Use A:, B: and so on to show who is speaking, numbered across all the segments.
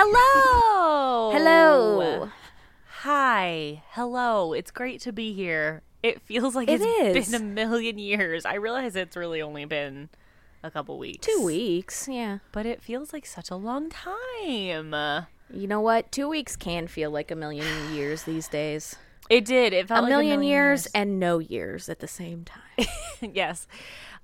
A: Hello.
B: Hello.
A: Hi. Hello. It's great to be here. It feels like
B: It
A: it's
B: is.
A: been a million years. I realize it's really only been a couple weeks.
B: Two weeks, yeah.
A: But it feels like such a long time.
B: You know what? Two weeks can feel like a million years these days.
A: It did. It
B: A
A: felt like
B: million years and no years at the same time.
A: yes.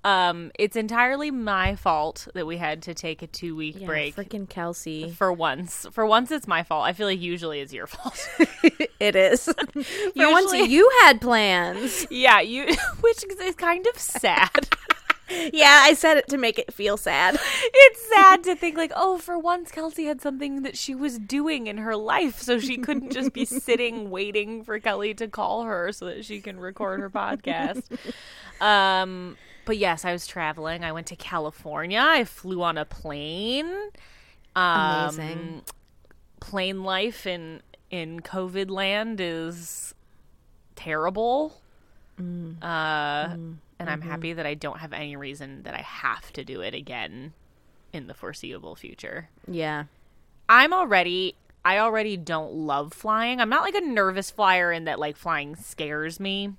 A: Um, it's entirely my fault that we had to take a two week
B: Yeah,
A: break.
B: Freaking Kelsey.
A: for once, for once, it's my fault. I feel like usually it's your fault.
B: it is. For once,
A: Usually-
B: you had plans.
A: yeah, you, which is kind of sad.
B: yeah, I said it to make it feel sad.
A: it's sad to think like, oh, for once, Kelsey had something that she was doing in her life, so she couldn't just be sitting waiting for Kelly to call her so that she can record her podcast. Um, but yes, I was traveling. I went to California. I flew on a plane. Um,
B: Amazing.
A: Plane life in in COVID land is terrible.
B: Mm.
A: Uh,
B: Mm-hmm.
A: and I'm happy that I don't have any reason that I have to do it again in the foreseeable future.
B: Yeah.
A: I'm already I already don't love flying. I'm not like a nervous flyer in that like flying scares me.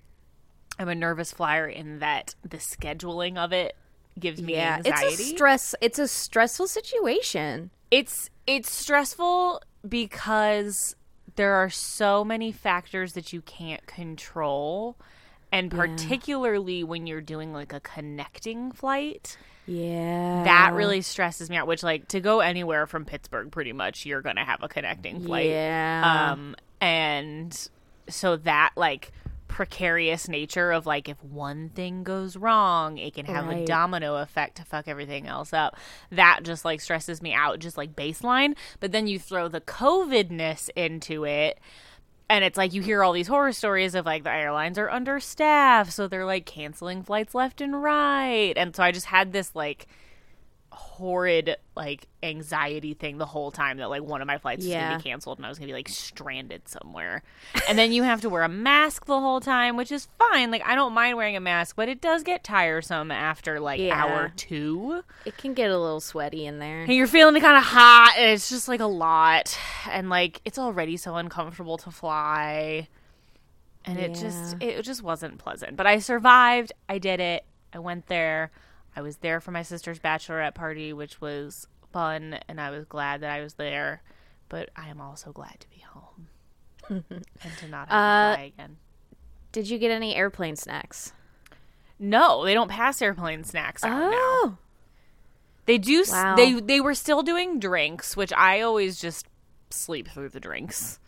A: I'm a nervous flyer in that the scheduling of it gives me
B: Yeah.
A: anxiety.
B: It's a stress. It's a stressful situation.
A: it's it's stressful because there are so many factors that you can't control and particularly when you're doing like a connecting flight
B: Yeah.
A: that really stresses me out which like to go anywhere from pittsburgh pretty much you're gonna have a connecting flight
B: Yeah.
A: um and so that like precarious nature of like if one thing goes wrong it can have a
B: Right.
A: domino effect to fuck everything else up that just like stresses me out just like baseline but then you throw the covidness into it and it's like you hear all these horror stories of like the airlines are understaffed so they're like canceling flights left and right and so i just had this like horrid like anxiety thing the whole time that like one of my flights was
B: Yeah.
A: gonna be canceled and I was gonna be like stranded somewhere. and then you have to wear a mask the whole time, which is fine. Like I don't mind wearing a mask, but it does get tiresome after like
B: Yeah.
A: hour two.
B: it can get a little sweaty in there.
A: And you're feeling kind of hot and it's just like a lot. And like it's already so uncomfortable to fly. And it just it just wasn't pleasant. But I survived. I did it. I went there. I was there for my sister's bachelorette party, which was fun and I was glad that I was there. But I am also glad to be home. and to not have to fly again.
B: Did you get any airplane snacks?
A: No, they don't pass airplane snacks out
B: Oh.
A: now. They do. s
B: Wow.
A: They they were still doing drinks, which I always just sleep through the drinks.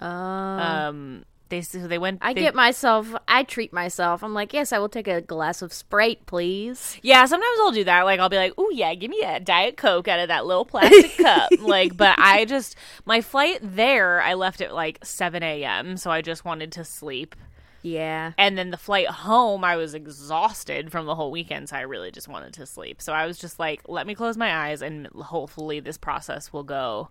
B: Oh.
A: Um, they so they went.
B: I
A: they-
B: get myself. I treat myself. I'm like, yes, I will take a glass of Sprite, please.
A: Yeah, sometimes I'll do that. Like I'll be like, "Oh yeah, give me a diet coke out of that little plastic cup." Like, but I just my flight there, I left at like seven a.m. So I just wanted to sleep,
B: Yeah.
A: and then the flight home, I was exhausted from the whole weekend, so I really just wanted to sleep. So I was just like, "Let me close my eyes, and hopefully this process will go."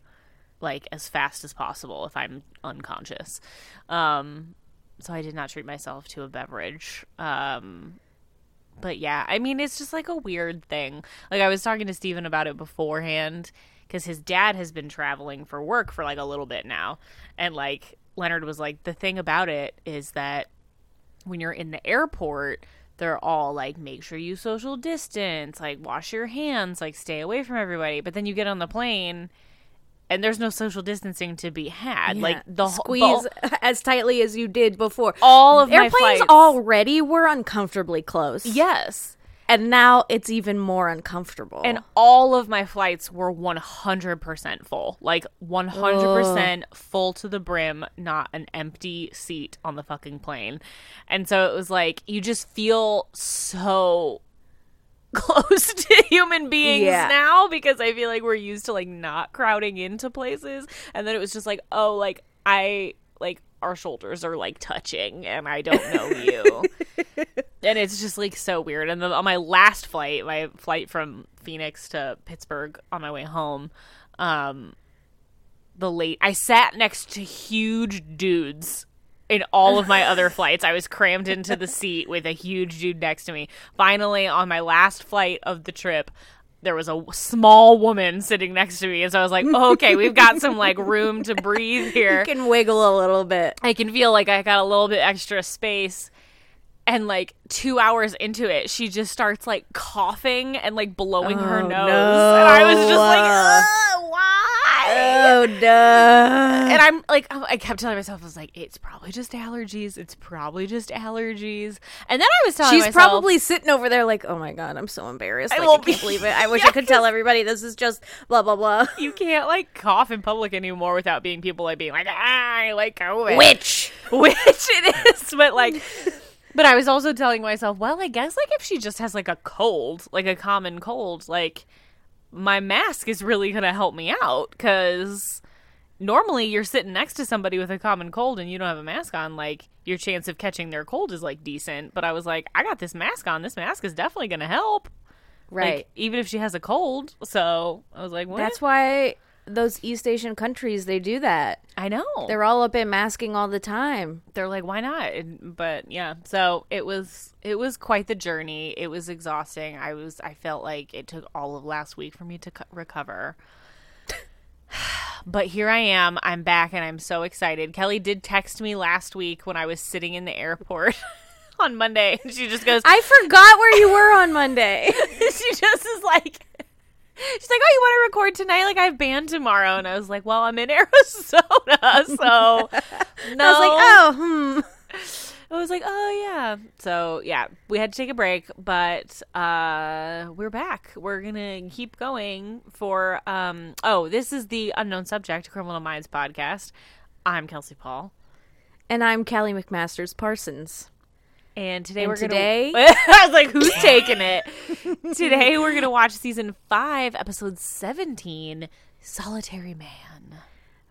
A: like as fast as possible if I'm unconscious. Um, so I did not treat myself to a beverage. Um, but yeah, I mean, it's just like a weird thing. Like I was talking to Steven about it beforehand because his dad has been traveling for work for like a little bit now. And like Leonard was like, the thing about it is that when you're in the airport, they're all like, make sure you social distance, like, wash your hands, like, stay away from everybody. But then you get on the plane and there's no social distancing to be had. Like, the wh-
B: squeeze
A: the-
B: as tightly as you did before.
A: all of my
B: Airplanes
A: flights.
B: already were uncomfortably close.
A: yes.
B: And now it's even more uncomfortable.
A: And all of my flights were 100% full. Like 100% full to the brim, not an empty seat on the fucking plane. And so it was like you just feel so close to human beings
B: Yeah.
A: now because I feel like we're used to like not crowding into places. And then it was just like, oh, like I like our shoulders are like touching and I don't know you. and it's just like so weird. And then on my last flight, my flight from Phoenix to Pittsburgh on my way home, um, the late I sat next to huge dudes in all of my other flights. I was crammed into the seat with a huge dude next to me. Finally, on my last flight of the trip, there was a w- small woman sitting next to me, and so I was like, oh, "Okay, we've got some like room to breathe here."
B: You can wiggle a little bit.
A: I can feel like I got a little bit extra space. And like two hours into it, she just starts like coughing and like blowing her
B: Oh,
A: nose. And I was just
B: no.
A: like, "Ugh, why?
B: Oh, duh.
A: And I'm like, I kept telling myself, I was like, it's probably just allergies. It's probably just allergies. And then I was telling
B: She's
A: myself,
B: probably sitting over there like, oh my god, I'm so embarrassed. Like, I,
A: won't
B: can't
A: be-
B: believe it. I wish I could tell everybody this is just blah blah blah.
A: you can't like cough in public anymore without being people like being like, ah, I like COVID.
B: Witch.
A: which it is but like but i was also telling myself well i guess like if she just has like a cold like a common cold like my mask is really gonna help me out because normally you're sitting next to somebody with a common cold and you don't have a mask on like your chance of catching their cold is like decent but i was like i got this mask on this mask is definitely gonna help
B: Right.
A: like, even if she has a cold so i was like what?
B: That's why those East Asian countries they do that.
A: i know
B: They're all up in masking all the time.
A: they're like why not And- but yeah so it was it was quite the journey it was exhausting i was i felt like it took all of last week for me to co- recover but here i am i'm back and i'm so excited kelly did text me last week when i was sitting in the airport on monday and she just goes
B: I forgot where you were on Monday.
A: she just is like She's like, oh, you want to record tonight? Like, I have band tomorrow, and I was like, well, I'm in Arizona, so no.
B: I was like, oh, hmm.
A: I was like, oh yeah. So yeah, we had to take a break, but uh we're back. We're gonna keep going for um oh, this is the Unknown Subject Criminal Minds podcast. I'm Kelsey Paul.
B: And I'm Callie McMaster's Parsons.
A: And today
B: And
A: we're
B: today-
A: gonna I was like, who's taking it? today we're gonna watch season five, episode seventeen, Solitary Man.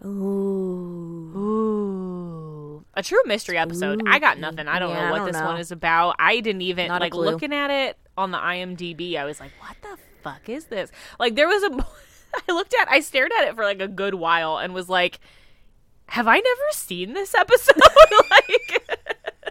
B: Ooh.
A: Ooh. A true mystery episode. I got nothing. I don't
B: Yeah,
A: know
B: I
A: what
B: don't
A: this
B: know.
A: one is about. I didn't even
B: Not a
A: like
B: clue.
A: looking at it on the IMDb. I was like, what the fuck is this? Like there was a I looked at I stared at it for like a good while and was like, have I never seen this episode? like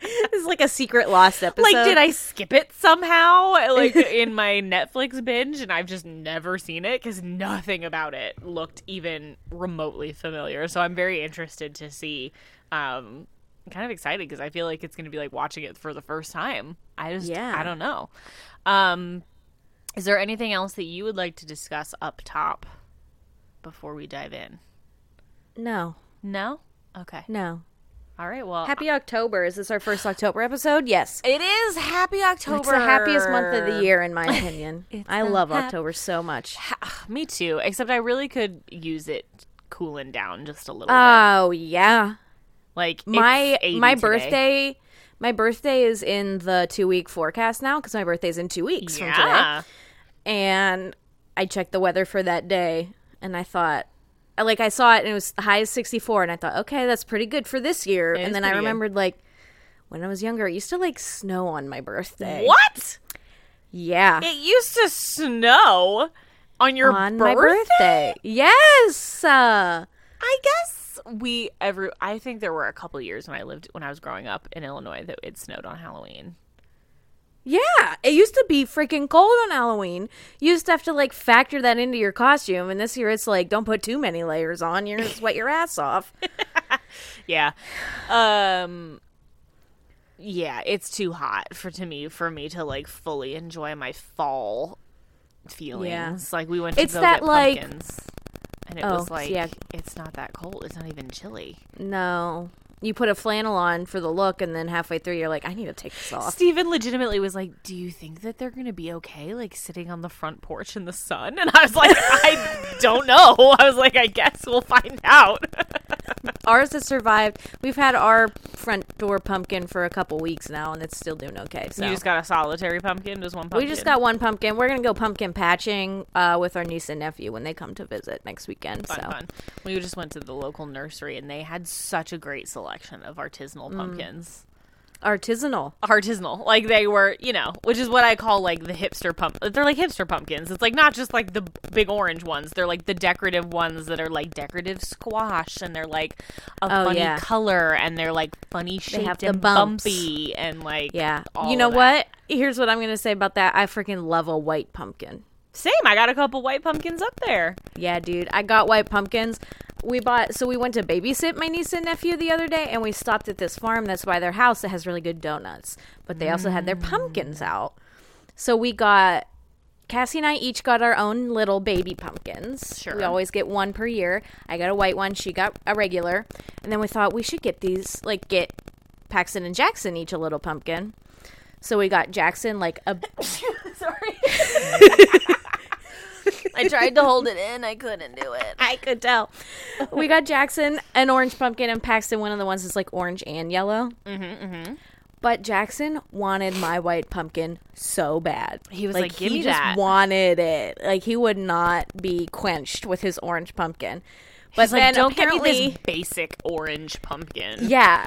B: This is like a secret lost episode.
A: like did I skip it somehow like in my Netflix binge and I've just never seen it cuz nothing about it looked even remotely familiar. So I'm very interested to see um I'm kind of excited cuz I feel like it's going to be like watching it for the first time. I just
B: Yeah.
A: I don't know. Um is there anything else that you would like to discuss up top before we dive in?
B: No,
A: No? Okay.
B: no.
A: All right. Well,
B: Happy October. Is this our first October episode? Yes.
A: it is happy October.
B: It's the happiest month of the year, in my opinion. I
A: the
B: love
A: hap-
B: October so much.
A: Me too. Except I really could use it cooling down just a little bit.
B: Oh yeah,
A: Like it's
B: my
A: 80
B: my
A: today.
B: birthday, my birthday is in the two week forecast now because my birthday's in two weeks from today.
A: Yeah.
B: And I checked the weather for that day, and I thought, I- like, I saw it and it was the high as sixty four, and I thought, okay, that's pretty good for this year.
A: is
B: and then I
A: pretty good.
B: remembered like. When I was younger, it used to like snow on my birthday.
A: What?
B: Yeah.
A: It used to snow on your
B: on
A: birthday?
B: my birthday. Yes. Uh,
A: I guess we every I think there were a couple years when I lived when I was growing up in Illinois that it snowed on Halloween.
B: Yeah, it used to be freaking cold on Halloween. You used to have to like factor that into your costume, and this year it's like don't put too many layers on. You're gonna sweat your ass off.
A: Yeah. Um yeah, it's too hot for to me for me to like fully enjoy my fall feelings. Like we went to
B: It's
A: go
B: that,
A: get
B: like-
A: pumpkins and it
B: Oh,
A: was like
B: yeah.
A: it's not that cold. It's not even chilly.
B: No, you put a flannel on for the look, and then halfway through you're like, I need to take this off.
A: Steven legitimately was like, "Do you think that they're going to be okay like sitting on the front porch in the sun?" And I was like, "I don't know." I was like, "I guess we'll find out."
B: Ours has survived. We've had our front door pumpkin for a couple weeks now, and it's still doing okay. So
A: You just got a solitary pumpkin, just one pumpkin.
B: we just got one pumpkin. We're gonna go pumpkin patching uh, with our niece and nephew when they come to visit next weekend.
A: fun,
B: so
A: fun. We just went to the local nursery and they had such a great selection of
B: Mm.
A: artisanal pumpkins.
B: artisanal.
A: Artisanal, like they were, you know, which is what I call like the hipster pump. They're like hipster pumpkins. It's like not just like the big orange ones. They're like the decorative ones that are like decorative squash, and they're like a funny
B: Oh, yeah.
A: color, and they're like funny shaped
B: have the
A: and
B: bumps.
A: bumpy, and like
B: Yeah.
A: all
B: you know
A: of that.
B: what? Here's what I'm gonna say about that. I freaking love a white pumpkin.
A: Same. I got a couple white pumpkins up there.
B: Yeah, dude. I got white pumpkins. We bought so we went to babysit my niece and nephew the other day and we stopped at this farm that's by their house that has really good donuts. But they also had their pumpkins out. So we got Cassie and I each got our own little baby pumpkins.
A: Sure.
B: We always get one per year. I got a white one, she got a regular. And then we thought we should get these like get Paxton and Jackson each a little pumpkin. So we got Jackson like a
A: Sorry.
C: I tried to hold it in, I couldn't do it.
B: I could tell. We got Jackson an orange pumpkin and Paxton one of the ones that's like orange and yellow. Mm-hmm, But Jackson wanted my white pumpkin so bad.
A: He was like, "Give
B: he
A: me
B: just
A: that."
B: wanted it. Like he would not be quenched with his orange pumpkin. But
A: It's like,
B: then
A: don't give me
B: apparently,
A: this basic orange pumpkin.
B: yeah.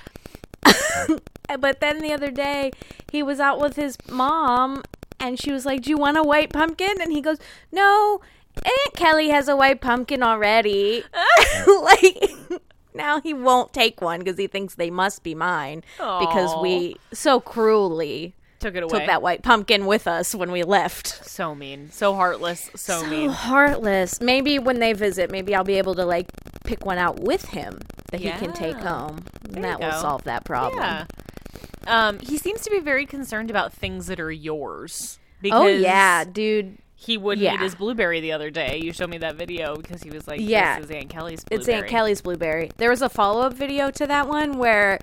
B: but then the other day, he was out with his mom, and she was like, "Do you want a white pumpkin?" And he goes, "No, Aunt Kelly has a white pumpkin already." like now he won't take one because he thinks they must be mine because
A: Aw.
B: we so cruelly
A: Took it away.
B: took that white pumpkin with us when we left.
A: So mean. So heartless. So,
B: So
A: mean.
B: heartless. Maybe when they visit, maybe I'll be able to like pick one out with him that he can take
A: Yeah.
B: home.
A: you
B: And that will
A: go.
B: solve that problem.
A: Yeah. Um, he seems to be very concerned about things that are yours. Because
B: Oh yeah, dude.
A: he wouldn't
B: Yeah.
A: eat his blueberry the other day. You showed me that video because he was like,
B: Yeah.
A: "This is Aunt Kelly's blueberry."
B: It's Aunt Kelly's blueberry. There was a follow up video to that one where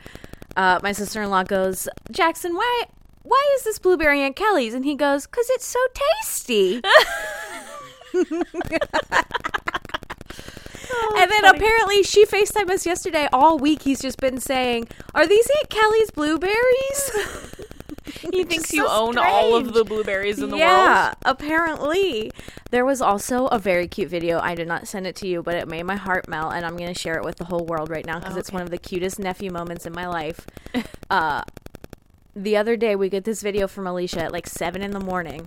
B: uh, my sister in law goes, Jackson, why why is this blueberry Aunt Kelly's? And he goes, Cause it's so tasty. and then apparently she FaceTimed us yesterday. All week he's just been saying, Are these Aunt Kelly's blueberries?
A: He thinks
B: so
A: you own all of
B: strange.
A: the blueberries in the
B: yeah,
A: world.
B: apparently. There was also a very cute video. I did not send it to you, but it made my heart melt, and I'm going to share it with the whole world right now because it's one of the cutest nephew moments in my life. uh, the other day, we get this video from Alicia at like 7 in the morning.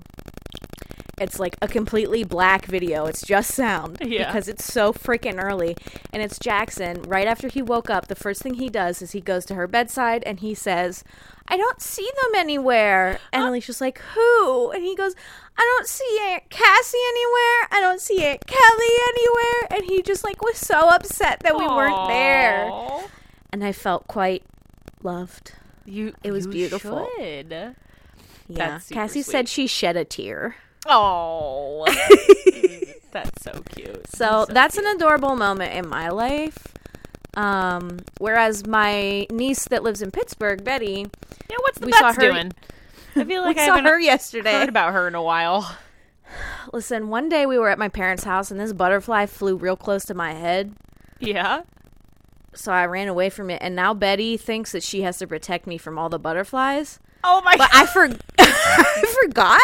B: It's like a completely black video. It's just sound
A: Yeah.
B: because it's so freaking early. And it's Jackson. Right after he woke up, the first thing he does is he goes to her bedside and he says, I don't see them anywhere. And
A: Uh,
B: Alicia's like, Who? And he goes, I don't see Aunt Cassie anywhere. I don't see Aunt Kelly anywhere. And he just like was so upset that we weren't there.
A: Aw.
B: And I felt quite loved.
A: You.
B: It was
A: you
B: beautiful.
A: Should.
B: Yeah.
A: That's super
B: Cassie
A: sweet.
B: said she shed a tear.
A: Oh, that's so cute.
B: So that's an adorable moment in my life. Um, whereas my niece that lives in Pittsburgh, Betty,
A: Yeah, what's the
B: We
A: we
B: saw her-
A: doing? I feel like
B: we
A: I
B: saw
A: haven't
B: her yesterday.
A: heard about her in a while.
B: Listen, one day we were at my parents' house and this butterfly flew real close to my head.
A: Yeah.
B: So I ran away from it, and now Betty thinks that she has to protect me from all the butterflies.
A: Oh my.
B: But I, for- I forgot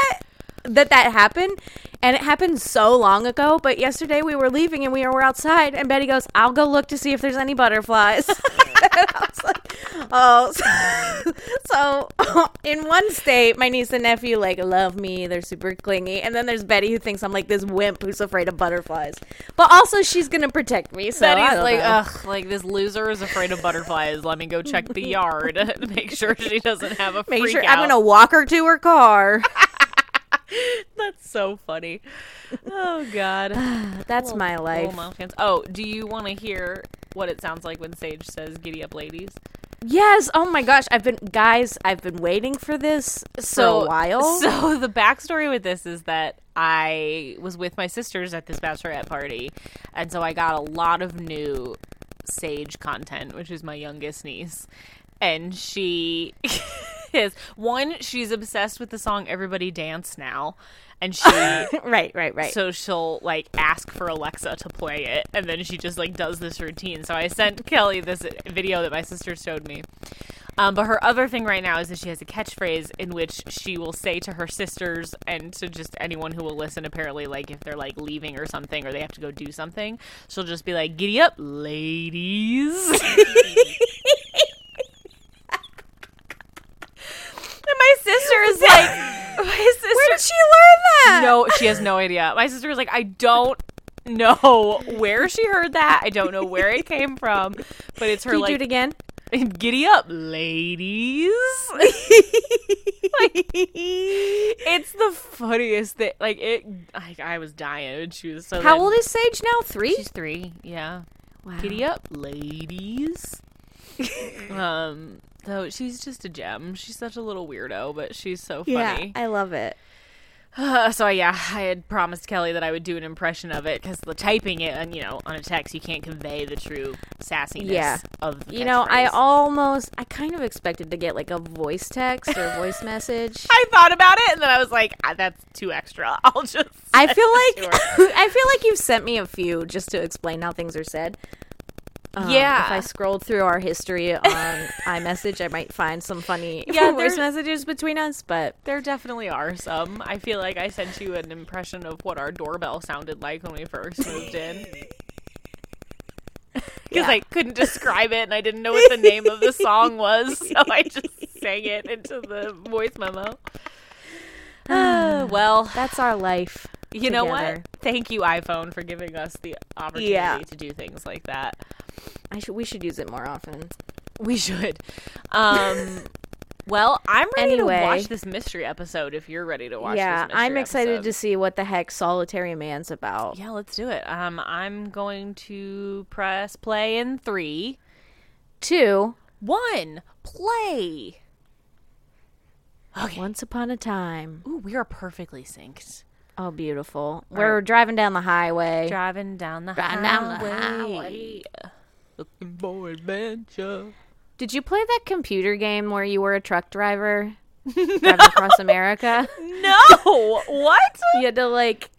B: that that happened, and it happened so long ago. But yesterday we were leaving and we were outside, and Betty goes, "I'll go look to see if there's any butterflies." And I was like, oh, so, so in one state, my niece and nephew like love me; they're super clingy, and then there's Betty who thinks I'm like this wimp who's afraid of butterflies, but also she's gonna protect me. So I
A: Betty's
B: don't
A: like,
B: know.
A: ugh, like this loser is afraid of butterflies. Let me go check the yard to make sure she doesn't have a
B: Make
A: freak
B: sure
A: out.
B: I'm gonna walk her to her car.
A: That's so funny. Oh God,
B: That's my
A: Little
B: life.
A: Mountains. Oh, do you want to hear what it sounds like when Sage says "Giddy up, ladies"?
B: Yes. Oh my gosh. I've been guys. I've been waiting for this for a while.
A: So the backstory with this is that I was with my sisters at this bachelorette party, and so I got a lot of new Sage content, which is my youngest niece, and she is. One, she's obsessed with the song Everybody Dance Now. And she
B: right, right, right.
A: So she'll like ask for Alexa to play it, and then she just like does this routine. So I sent Kelly this video that my sister showed me. Um, but her other thing right now is that she has a catchphrase in which she will say to her sisters and to just anyone who will listen. Apparently, like if they're like leaving or something, or they have to go do something, she'll just be like, "Giddy up, ladies."
B: and my sister is like, my sister. Where did she learn that?
A: No, she has no idea. My sister was like, I don't know where she heard that. I don't know where it came from, but it's her
B: Can you do
A: like
B: it again?
A: giddy up, ladies. It's the funniest thing. Like it, I, I was dying. She was so.
B: How
A: then-
B: old is Sage now? Three.
A: She's three. Yeah.
B: wow.
A: Giddy up, ladies. um. So she's just a gem. She's such a little weirdo, but she's so
B: Yeah,
A: funny.
B: I love it.
A: Uh, so yeah, I had promised Kelly that I would do an impression of it because the typing it, and you know, on a text you can't convey the true sassiness
B: Yeah.
A: of the
B: You know, I
A: catchphrase.
B: almost, I kind of expected to get like a voice text or voice message.
A: I thought about it and then I was like, ah, that's too extra. I'll just
B: I
A: send
B: feel
A: it
B: like
A: to her."
B: I feel like you've sent me a few just to explain how things are said. Um,
A: Yeah.
B: If I scrolled through our history on iMessage, I might find some funny
A: Yeah,
B: voice
A: there's-
B: messages between us. But
A: there definitely are some. I feel like I sent you an impression of what our doorbell sounded like when we first moved in. Because
B: Yeah.
A: I couldn't describe it and I didn't know what the name of the song was, so I just sang it into the voice memo. Ah, well,
B: that's our life.
A: You know what?
B: together.
A: Thank you, iPhone, for giving us the opportunity
B: Yeah.
A: to do things like that.
B: I should we should use it more often.
A: We should. Um, well, I'm ready
B: Anyway.
A: to watch this mystery episode. If you're ready to watch,
B: yeah,
A: this mystery
B: I'm excited
A: episode.
B: to see what the heck Solitary Man's about.
A: Yeah, let's do it. Um, I'm going to press play in three,
B: Two.
A: one, play. Okay.
B: Once upon a time.
A: Ooh, we are perfectly synced.
B: Oh, beautiful. We're driving down the highway.
A: Driving down the
B: Driving down the
A: highway.
B: highway.
A: Looking for adventure.
B: Did you play that computer game where you were a truck driver driving across America?
A: No, what?
B: You had to like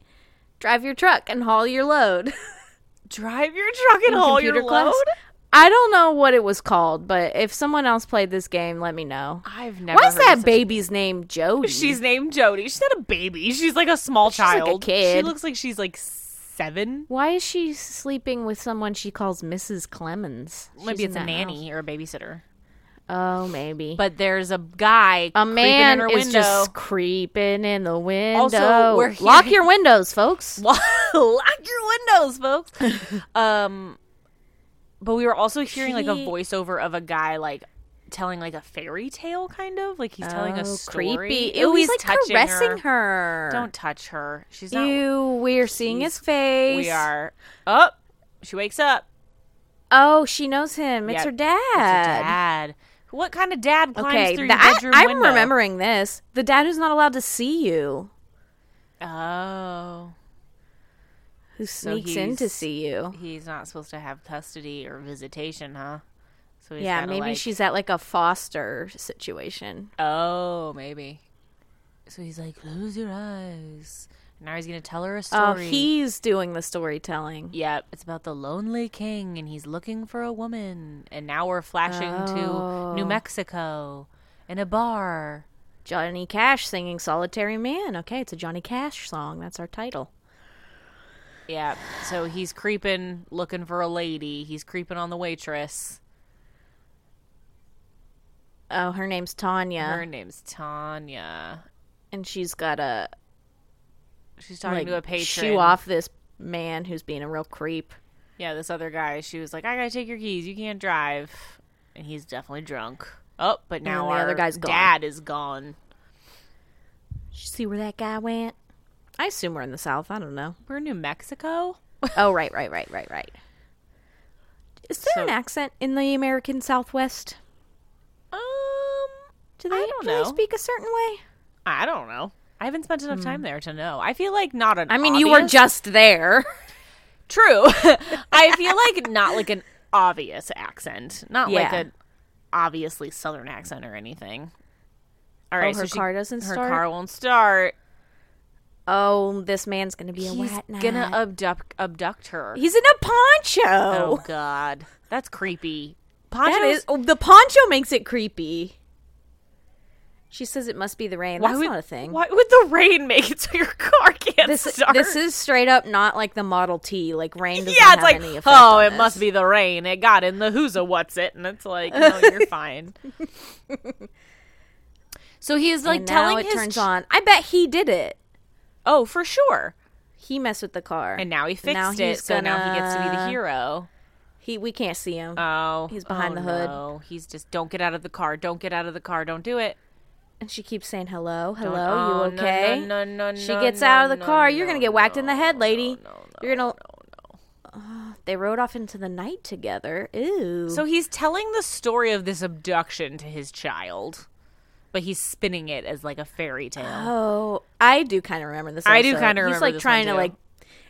B: drive your truck and haul your load.
A: Drive your truck and
B: in
A: haul your
B: computer class.
A: load.
B: I don't know what it was called, but if someone else played this game, let me know.
A: I've never.
B: Why is
A: heard of
B: that
A: such-
B: baby's name Jody?
A: She's named Jody. She's not a baby. She's like a small
B: like a
A: child. She
B: kid.
A: looks like she's like seven.
B: Why is she sleeping with someone she calls Mrs. Clemens?
A: Maybe
B: She's
A: it's
B: in
A: a
B: that
A: nanny or a babysitter.
B: house. Oh, maybe.
A: But there's a guy.
B: a man
A: creeping in her
B: is
A: window.
B: just creeping in the window.
A: we're
B: Lock
A: hearing-
B: your windows, folks.
A: lock your windows, folks. um, but we were also hearing like a
B: She-
A: voiceover of a guy like telling like a fairy tale, kind of like he's telling a
B: Oh,
A: story.
B: creepy.
A: Ew,
B: Ew, he's
A: he's
B: like
A: touching
B: caressing
A: her.
B: her.
A: Don't touch her. She's not.
B: Ew, we're seeing his face.
A: We are. Oh, she wakes up.
B: Oh, she knows him. It's
A: Yeah,
B: her
A: it's
B: dad.
A: Dad. What kind of dad climbs
B: Okay,
A: through
B: the-
A: your bedroom
B: I, I'm
A: window?
B: remembering this. The dad who's not allowed to see you,
A: Oh,
B: who sneaks in
A: he's-
B: to see you.
A: he's not supposed to have custody or visitation, huh? So he's
B: Yeah,
A: gotta,
B: maybe
A: like-
B: she's at like a foster situation.
A: Oh, maybe. So he's like, close your eyes. Now he's gonna tell her a
B: Oh,
A: story.
B: he's doing the storytelling.
A: Yep, it's about the lonely king, and he's looking for a woman. And now we're flashing to New
B: Oh.
A: Mexico in a bar.
B: Johnny Cash singing Solitary Man. Okay, it's a Johnny Cash song. That's our title.
A: Yeah. So he's creeping, looking for a lady. He's creeping on the waitress.
B: Oh, her name's Tanya,
A: Her name's Tanya.
B: and she's got a
A: She's talking
B: like,
A: to a patron.
B: shoo off this man who's being a real creep.
A: Yeah, this other guy. She was like, "I gotta take your keys. You can't drive," and he's definitely drunk. Oh, but now
B: then the
A: our
B: other guy's gone.
A: dad is gone.
B: Did you see where that guy went? I assume we're in the South. I don't know.
A: We're in New Mexico.
B: Oh, right, right, right, right, right. Is there
A: So-
B: an accent in the American Southwest?
A: Um,
B: Do they,
A: I don't
B: do they
A: know.
B: speak a certain way?
A: I don't know. I haven't spent enough time there to know. I feel like not an.
B: I mean, you were
A: obvious-
B: just there.
A: True. I feel like not like an obvious accent, not like
B: Yeah.
A: an obviously southern accent or anything. All
B: Oh,
A: right,
B: her
A: so she-
B: car doesn't
A: her
B: start.
A: car won't start.
B: Oh, this man's gonna be a
A: He's
B: wet nut.
A: gonna abduct abduct her.
B: He's in a poncho.
A: oh God, that's creepy.
B: That
A: Ponchos
B: is oh, the poncho makes it creepy. She says it must be the rain. That's not a thing.
A: Why would the rain make it so your car can't
B: this
A: start?
B: this is straight up not like the Model T. Like rain doesn't
A: yeah,
B: have
A: it's like
B: any effect.
A: oh,
B: on
A: it
B: this.
A: must be the rain. It got in the who's a what's it, and it's like no, you're fine. So he is like
B: And now
A: telling
B: it
A: his
B: turns
A: ch-
B: on. I bet he did it.
A: oh for sure,
B: He messed with the car,
A: and now he fixed
B: Now
A: it.
B: he's
A: So now he gets to be the
B: gonna-
A: hero.
B: he we can't see him.
A: Oh,
B: He's behind
A: oh,
B: the hood.
A: No. He's just don't get out of the car. Don't get out of the car. Don't do it.
B: and she keeps saying hello,
A: Don't-
B: hello.
A: oh,
B: you
A: no,
B: okay?
A: No, no, no.
B: She
A: no,
B: gets out of the
A: no,
B: car. You're
A: no,
B: gonna get whacked in
A: no,
B: the head, lady.
A: no, no,
B: You're
A: no,
B: gonna. Ugh, they rode off into the night together. Ooh.
A: So he's telling the story of this abduction to his child, but he's spinning it as like a fairy tale.
B: Oh, I do kind of remember this.
A: I do
B: also.
A: kinda
B: He's
A: remember
B: like
A: this one,
B: trying to
A: too.
B: like.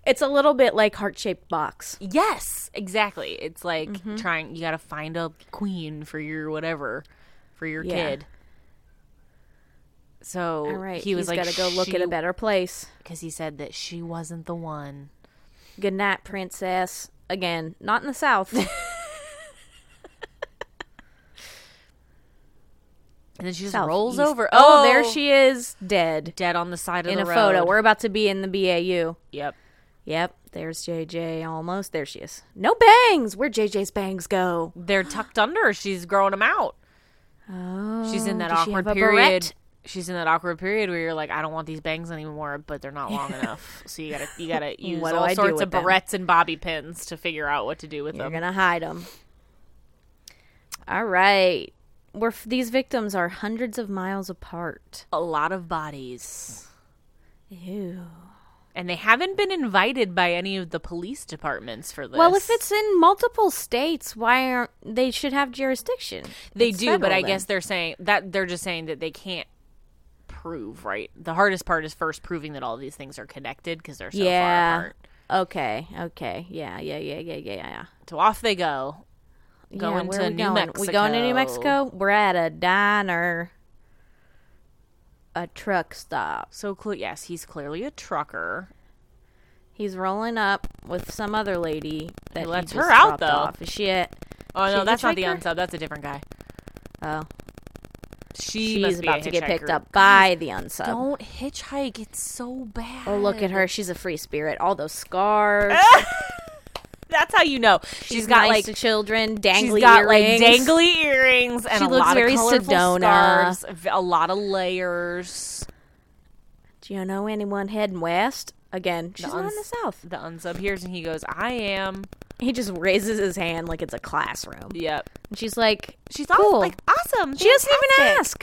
B: It's a little bit like heart shaped box.
A: Yes, exactly. It's like
B: Mm-hmm.
A: trying. You got to find a queen for your whatever, for your
B: Yeah.
A: kid. So
B: All right,
A: he was
B: he's
A: like,
B: gotta go look at a better place.
A: because he said that she wasn't the one.
B: Good night, princess. Again, not in the south.
A: And then she just
B: South
A: rolls
B: east.
A: over.
B: Oh, there she is, dead
A: dead on the side of
B: in
A: the
B: a
A: road.
B: photo. We're about to be in the BAU.
A: yep.
B: Yep, there's JJ. Almost there she is. No bangs. Where JJ's bangs go?
A: They're tucked under. She's growing them out.
B: Oh,
A: She's in that
B: does she have
A: awkward
B: a
A: period.
B: barrette?
A: She's in that awkward period where you're like, I don't want these bangs anymore, but they're not long enough. So you gotta you gotta use
B: What do
A: all
B: I do
A: sorts of
B: with them?
A: barrettes and bobby pins to figure out what to do with
B: You're
A: them.
B: gonna hide them. All right. We're f- these victims are hundreds of miles apart.
A: A lot of bodies,
B: Ew.
A: and they haven't been invited by any of the police departments for this.
B: Well, if it's in multiple states, why aren't they should have jurisdiction?
A: they
B: It's
A: do, but
B: federal
A: I
B: then.
A: guess they're saying that they're just saying that they can't prove right. The hardest part is first proving that all these things are connected because they're so
B: Yeah.
A: far apart.
B: Okay. Okay. Yeah. Yeah. Yeah. Yeah. Yeah. Yeah.
A: So off they go.
B: yeah,
A: Going
B: where
A: to
B: we
A: New
B: going? We going to New
A: Mexico.
B: Mexico? We're at a diner, a truck stop.
A: So cle yes, he's clearly a trucker.
B: He's rolling up with some other lady that
A: He
B: he
A: lets
B: just
A: her out,
B: dropped
A: though.
B: Off. Is she it?
A: Oh
B: She's
A: no,
B: a
A: that's not the
B: hitchhiker?
A: unsub. That's a different guy.
B: Oh,
A: She
B: she's
A: must be a
B: about to get picked
A: hitchhiker.
B: up by the unsub.
A: Don't hitchhike. It's so bad.
B: Oh, look at her. She's a free spirit. All those scars.
A: That's how you know Ah, she's got
B: nice
A: like
B: to children,
A: she's
B: dangly
A: got
B: earrings.
A: like dangly earrings and
B: She
A: a
B: looks
A: lot
B: very
A: of colorful
B: Sedona.
A: scarves, v- a lot of layers.
B: Do you know anyone heading west? Again, she's not in the
A: uns-
B: south.
A: The unsub hears and he goes, "I am."
B: He just raises his hand like it's a classroom.
A: Yep.
B: And she's like,
A: She's
B: Cool.
A: awesome. like awesome.
B: she doesn't even
A: fantastic."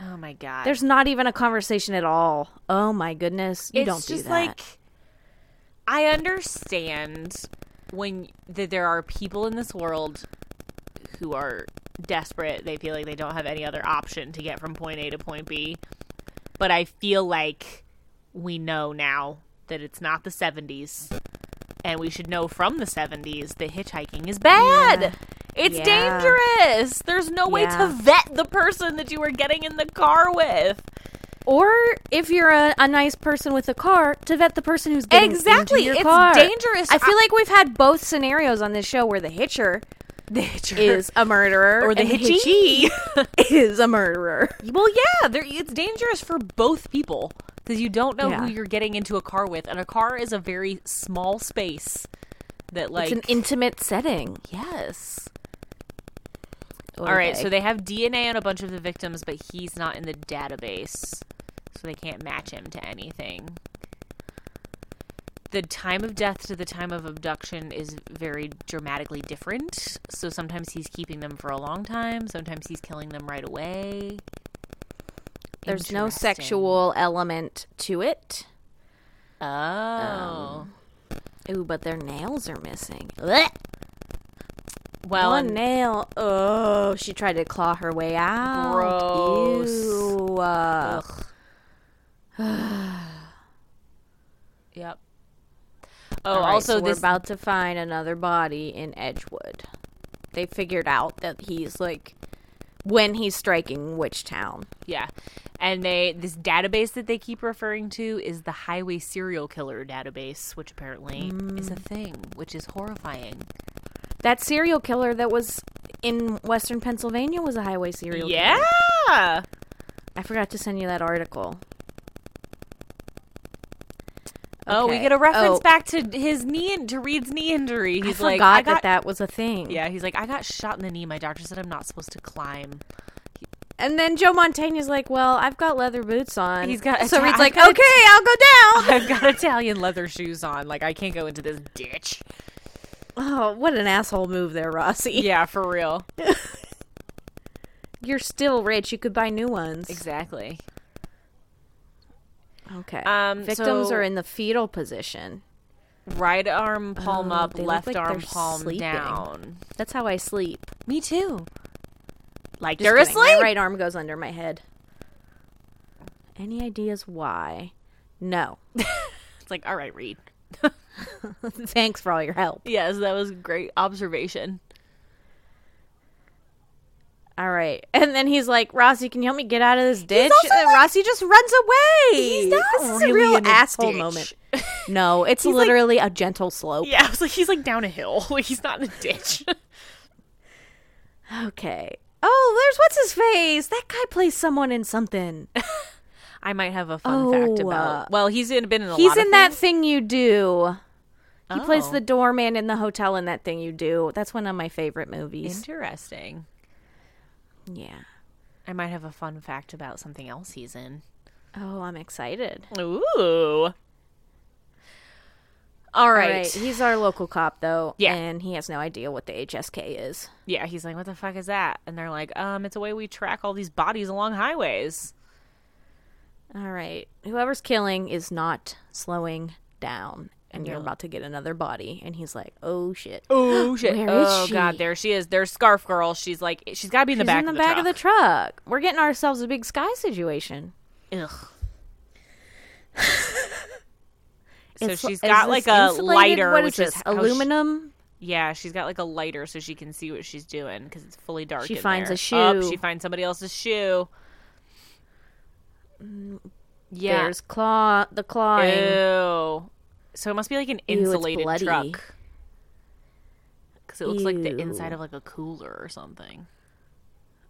B: ask.
A: Oh my god.
B: There's not even a conversation at all. Oh my goodness, you
A: it's
B: don't
A: just
B: do that.
A: like I understand when that there are people in this world who are desperate. They feel like they don't have any other option to get from point A to point B. But I feel like we know now that it's not the 70s and we should know from the 70s that hitchhiking is bad.
B: Yeah.
A: It's
B: Yeah.
A: dangerous. There's no way
B: Yeah.
A: to vet the person that you were getting in the car with.
B: or if you're a, a nice person with a car, to vet the person who's getting into
A: Exactly.
B: your
A: It's
B: car.
A: dangerous.
B: I feel like we've had both scenarios on this show where the hitcher is a murderer
A: or the
B: and
A: hitchie.
B: hitchee is a murderer.
A: well, yeah, there, it's dangerous for both people because you don't know who
B: Yeah.
A: you're getting into a car with, and a car is a very small space. That like
B: It's an intimate setting.
A: yes. All right, so they have DNA on a bunch of the victims, but he's not in the database, so they can't match him to anything. The time of death to the time of abduction is very dramatically different. So sometimes he's keeping them for a long time, sometimes he's killing them right away.
B: there's no
A: Interesting.
B: sexual element to it.
A: Oh.
B: Um, Ooh, but their nails are missing. Blech.
A: well,
B: One
A: and
B: nail. Oh, she tried to claw her way out.
A: Gross.
B: Ew. Uh,
A: yep. Oh,
B: all right,
A: also
B: so
A: this
B: we're about to find another body in Edgewood. They figured out that he's like when he's striking which town.
A: Yeah. And they this database that they keep referring to is the Highway Serial Killer database, which apparently is
B: Mm.
A: a thing, which is horrifying.
B: That serial killer that was in Western Pennsylvania was a highway serial killer.
A: Yeah.
B: I forgot to send you that article.
A: Oh, we
B: Okay.
A: get a reference
B: Oh,
A: back to his knee and to Reed's knee injury. He's
B: I
A: like,
B: forgot
A: I got
B: that that was a thing.
A: Yeah, he's like, I got shot in the knee. My doctor said I'm not supposed to climb.
B: And then Joe Montaigne is like, "Well, I've got leather boots on."
A: He's got-
B: so Reed's
A: I've
B: like,
A: got-
B: "Okay, I'll go down."
A: I've got Italian leather shoes on. Like I can't go into this ditch.
B: Oh, what an asshole move there, Rossi.
A: Yeah, for real.
B: You're still rich. You could buy new ones.
A: Exactly.
B: Okay.
A: Um,
B: Victims
A: so-
B: are in the fetal position.
A: Right arm palm
B: Oh,
A: up,
B: they look
A: left
B: like
A: arm
B: they're
A: palm
B: sleeping.
A: down.
B: That's how I sleep.
A: Me too. Like
B: Just
A: they're
B: kidding.
A: asleep.
B: My right arm goes under my head. Any ideas why? No.
A: It's like, all right, Reed.
B: Thanks for all your help.
A: Yes, that was a great observation.
B: All right. And then he's like, Rossi, can you help me get out of this ditch?
A: also
B: and Rossi just runs away. Oh, He's
A: not
B: this is
A: really
B: a real
A: in a
B: asshole
A: ditch.
B: moment. No, it's
A: like-
B: literally a gentle slope.
A: Yeah, I was like, he's like down a hill. Like he's not in a ditch.
B: Okay. Oh, there's what's his face? That guy plays someone in something.
A: I might have a fun fact
B: Oh,
A: about.
B: uh,
A: well, he's in, been in a
B: He's
A: lot of
B: in that
A: things.
B: thing you do. He plays
A: Oh.
B: the doorman in the hotel in that thing you do. That's one of my favorite movies.
A: Interesting.
B: yeah.
A: I might have a fun fact about something else he's in.
B: Oh, I'm excited.
A: Ooh. All right.
B: He's our local cop though.
A: Yeah.
B: And he has no idea what the HSK is.
A: Yeah, he's like, "What the fuck is that?" And they're like, "Um, it's a way we track all these bodies along highways."
B: All right. Whoever's killing is not slowing down. And you're about to get another body. And he's like, oh shit.
A: Oh shit!
B: Where is
A: oh god,
B: she?
A: there she is. There's Scarf Girl. She's like, she's got to be in the
B: He's
A: back
B: in the,
A: of the
B: back
A: truck.
B: of the truck. We're getting ourselves a big sky situation.
A: Ugh. so
B: It's-
A: she's
B: is
A: got like
B: this
A: a
B: insulated?
A: lighter,
B: What
A: which
B: is this?
A: is how she-
B: aluminum.
A: yeah, she's got like a lighter so she can see what she's doing because it's fully dark.
B: She
A: in
B: finds
A: there.
B: a shoe.
A: Up, she finds somebody else's shoe.
B: Mm,
A: Yeah.
B: There's claw. The clawing.
A: Ew. So it must be like an
B: it's
A: insulated
B: bloody.
A: truck. Because it looks like the
B: Ew.
A: inside of like a cooler or something.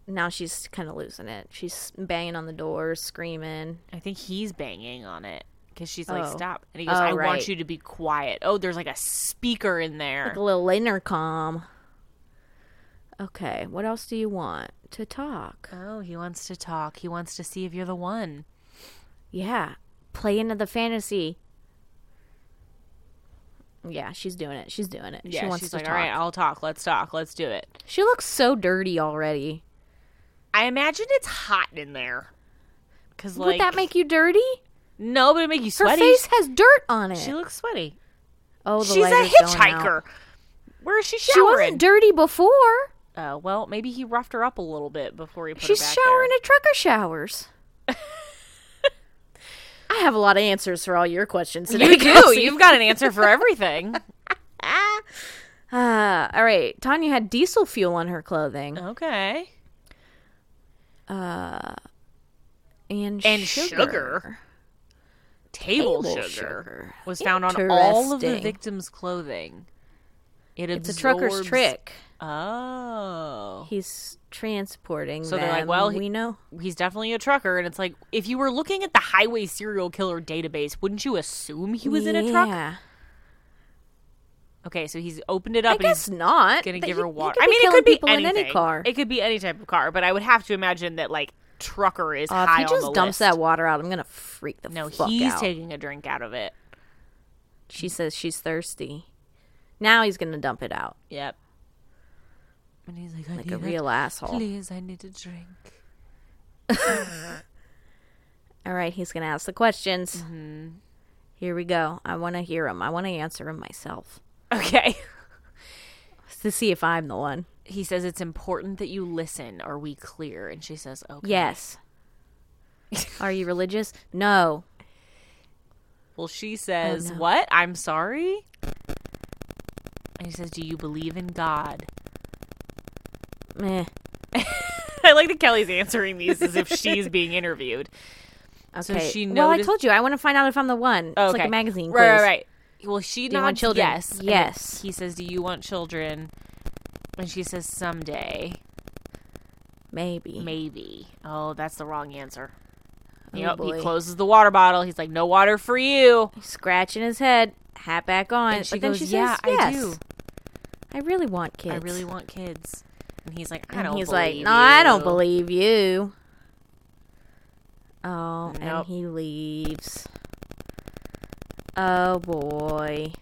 B: Now she's kind of losing it. She's banging on the door, screaming.
A: I think he's banging on it because she's like,
B: Oh.
A: "Stop!" And he goes,
B: Oh,
A: "I want
B: right.
A: you to be quiet." Oh, there's like a speaker in there.
B: Like a little intercom. Okay, what else do you want to talk?
A: Oh, he wants to talk. He wants to see if you're the one.
B: Yeah, play into the fantasy. Yeah, she's doing it. She's doing it. she wants
A: she's
B: to
A: like,
B: talk.
A: all right, I'll talk. Let's talk. Let's do it.
B: She looks so dirty already.
A: I imagine it's hot in there. Cause like
B: Would that make you dirty?
A: no, but it make you
B: Her
A: sweaty.
B: face has dirt on it.
A: She looks sweaty.
B: oh, the
A: She's a
B: lighter's going out.
A: hitchhiker. Where is she
B: She
A: showering?
B: wasn't dirty before.
A: uh, well, maybe he roughed her up a little bit before he put
B: She's
A: her back
B: showering at trucker showers. I have a lot of answers for all your questions
A: there.
B: today.
A: You do. You've got an answer for everything.
B: Uh, all right. Tanya had diesel fuel on her clothing
A: Uh, okay.
B: and
A: And
B: sugar.
A: sugar. Table,
B: Table
A: sugar,
B: sugar.
A: was found on all of the
B: Interesting.
A: victims' clothing. It
B: It's a trucker's
A: absorbs-
B: trick.
A: Oh.
B: He's transporting.
A: So
B: them.
A: they're like, well, he-
B: we know.
A: he's definitely a trucker and it's like if you were looking at the highway serial killer database wouldn't you assume he was in a truck
B: Yeah.
A: okay so he's opened it
B: I
A: up and
B: guess
A: he's
B: not.
A: gonna
B: but
A: give
B: he-
A: her
B: he
A: water
B: could
A: i
B: be
A: mean it
B: killing
A: could be
B: people
A: anything.
B: in any car.
A: it could be any type of car but i would have to imagine that like trucker is
B: Uh, if
A: high
B: he just
A: on the list.
B: dumps that water out, I'm gonna freak the
A: no
B: fuck
A: he's
B: out.
A: taking a drink out of it
B: she says she's thirsty. Now he's gonna dump it out
A: yep and he's like i
B: like
A: need
B: a real asshole.
A: please i need a drink
B: All right, he's going to ask the questions.
A: Mm-hmm.
B: Here we go. I want to hear him. I want to answer him myself
A: okay
B: to see if I'm the one.
A: he says it's important that you listen are we clear and she says okay
B: Yes. Are you religious? No.
A: Well, she says,
B: no.
A: What? I'm sorry? And he says, Do you believe in God?
B: Meh.
A: I like that Kelly's answering these as if she's being interviewed. So she
B: Well, I
A: noticed-
B: told you I want to find out if I'm the one. It's like
A: Okay.
B: a magazine quiz.
A: Right, right, right. Well, she
B: you
A: nods
B: want children?
A: yes. and
B: Yes.
A: He says, "Do you want children?" And she says, "Someday,
B: Maybe.
A: maybe." Oh, that's the wrong answer.
B: Oh,
A: yep. He
B: boy.
A: closes the water bottle. He's like, "No water for you."
B: Scratching his head, hat back on.
A: And she
B: but then
A: goes,
B: she says,
A: "Yeah, I
B: yes,
A: do.
B: I really want kids.
A: I really want kids. And he's like, I
B: and
A: don't.
B: he's like,
A: believe
B: no, I don't
A: you."
B: believe you. Oh, and
A: Nope.
B: he leaves. Oh boy.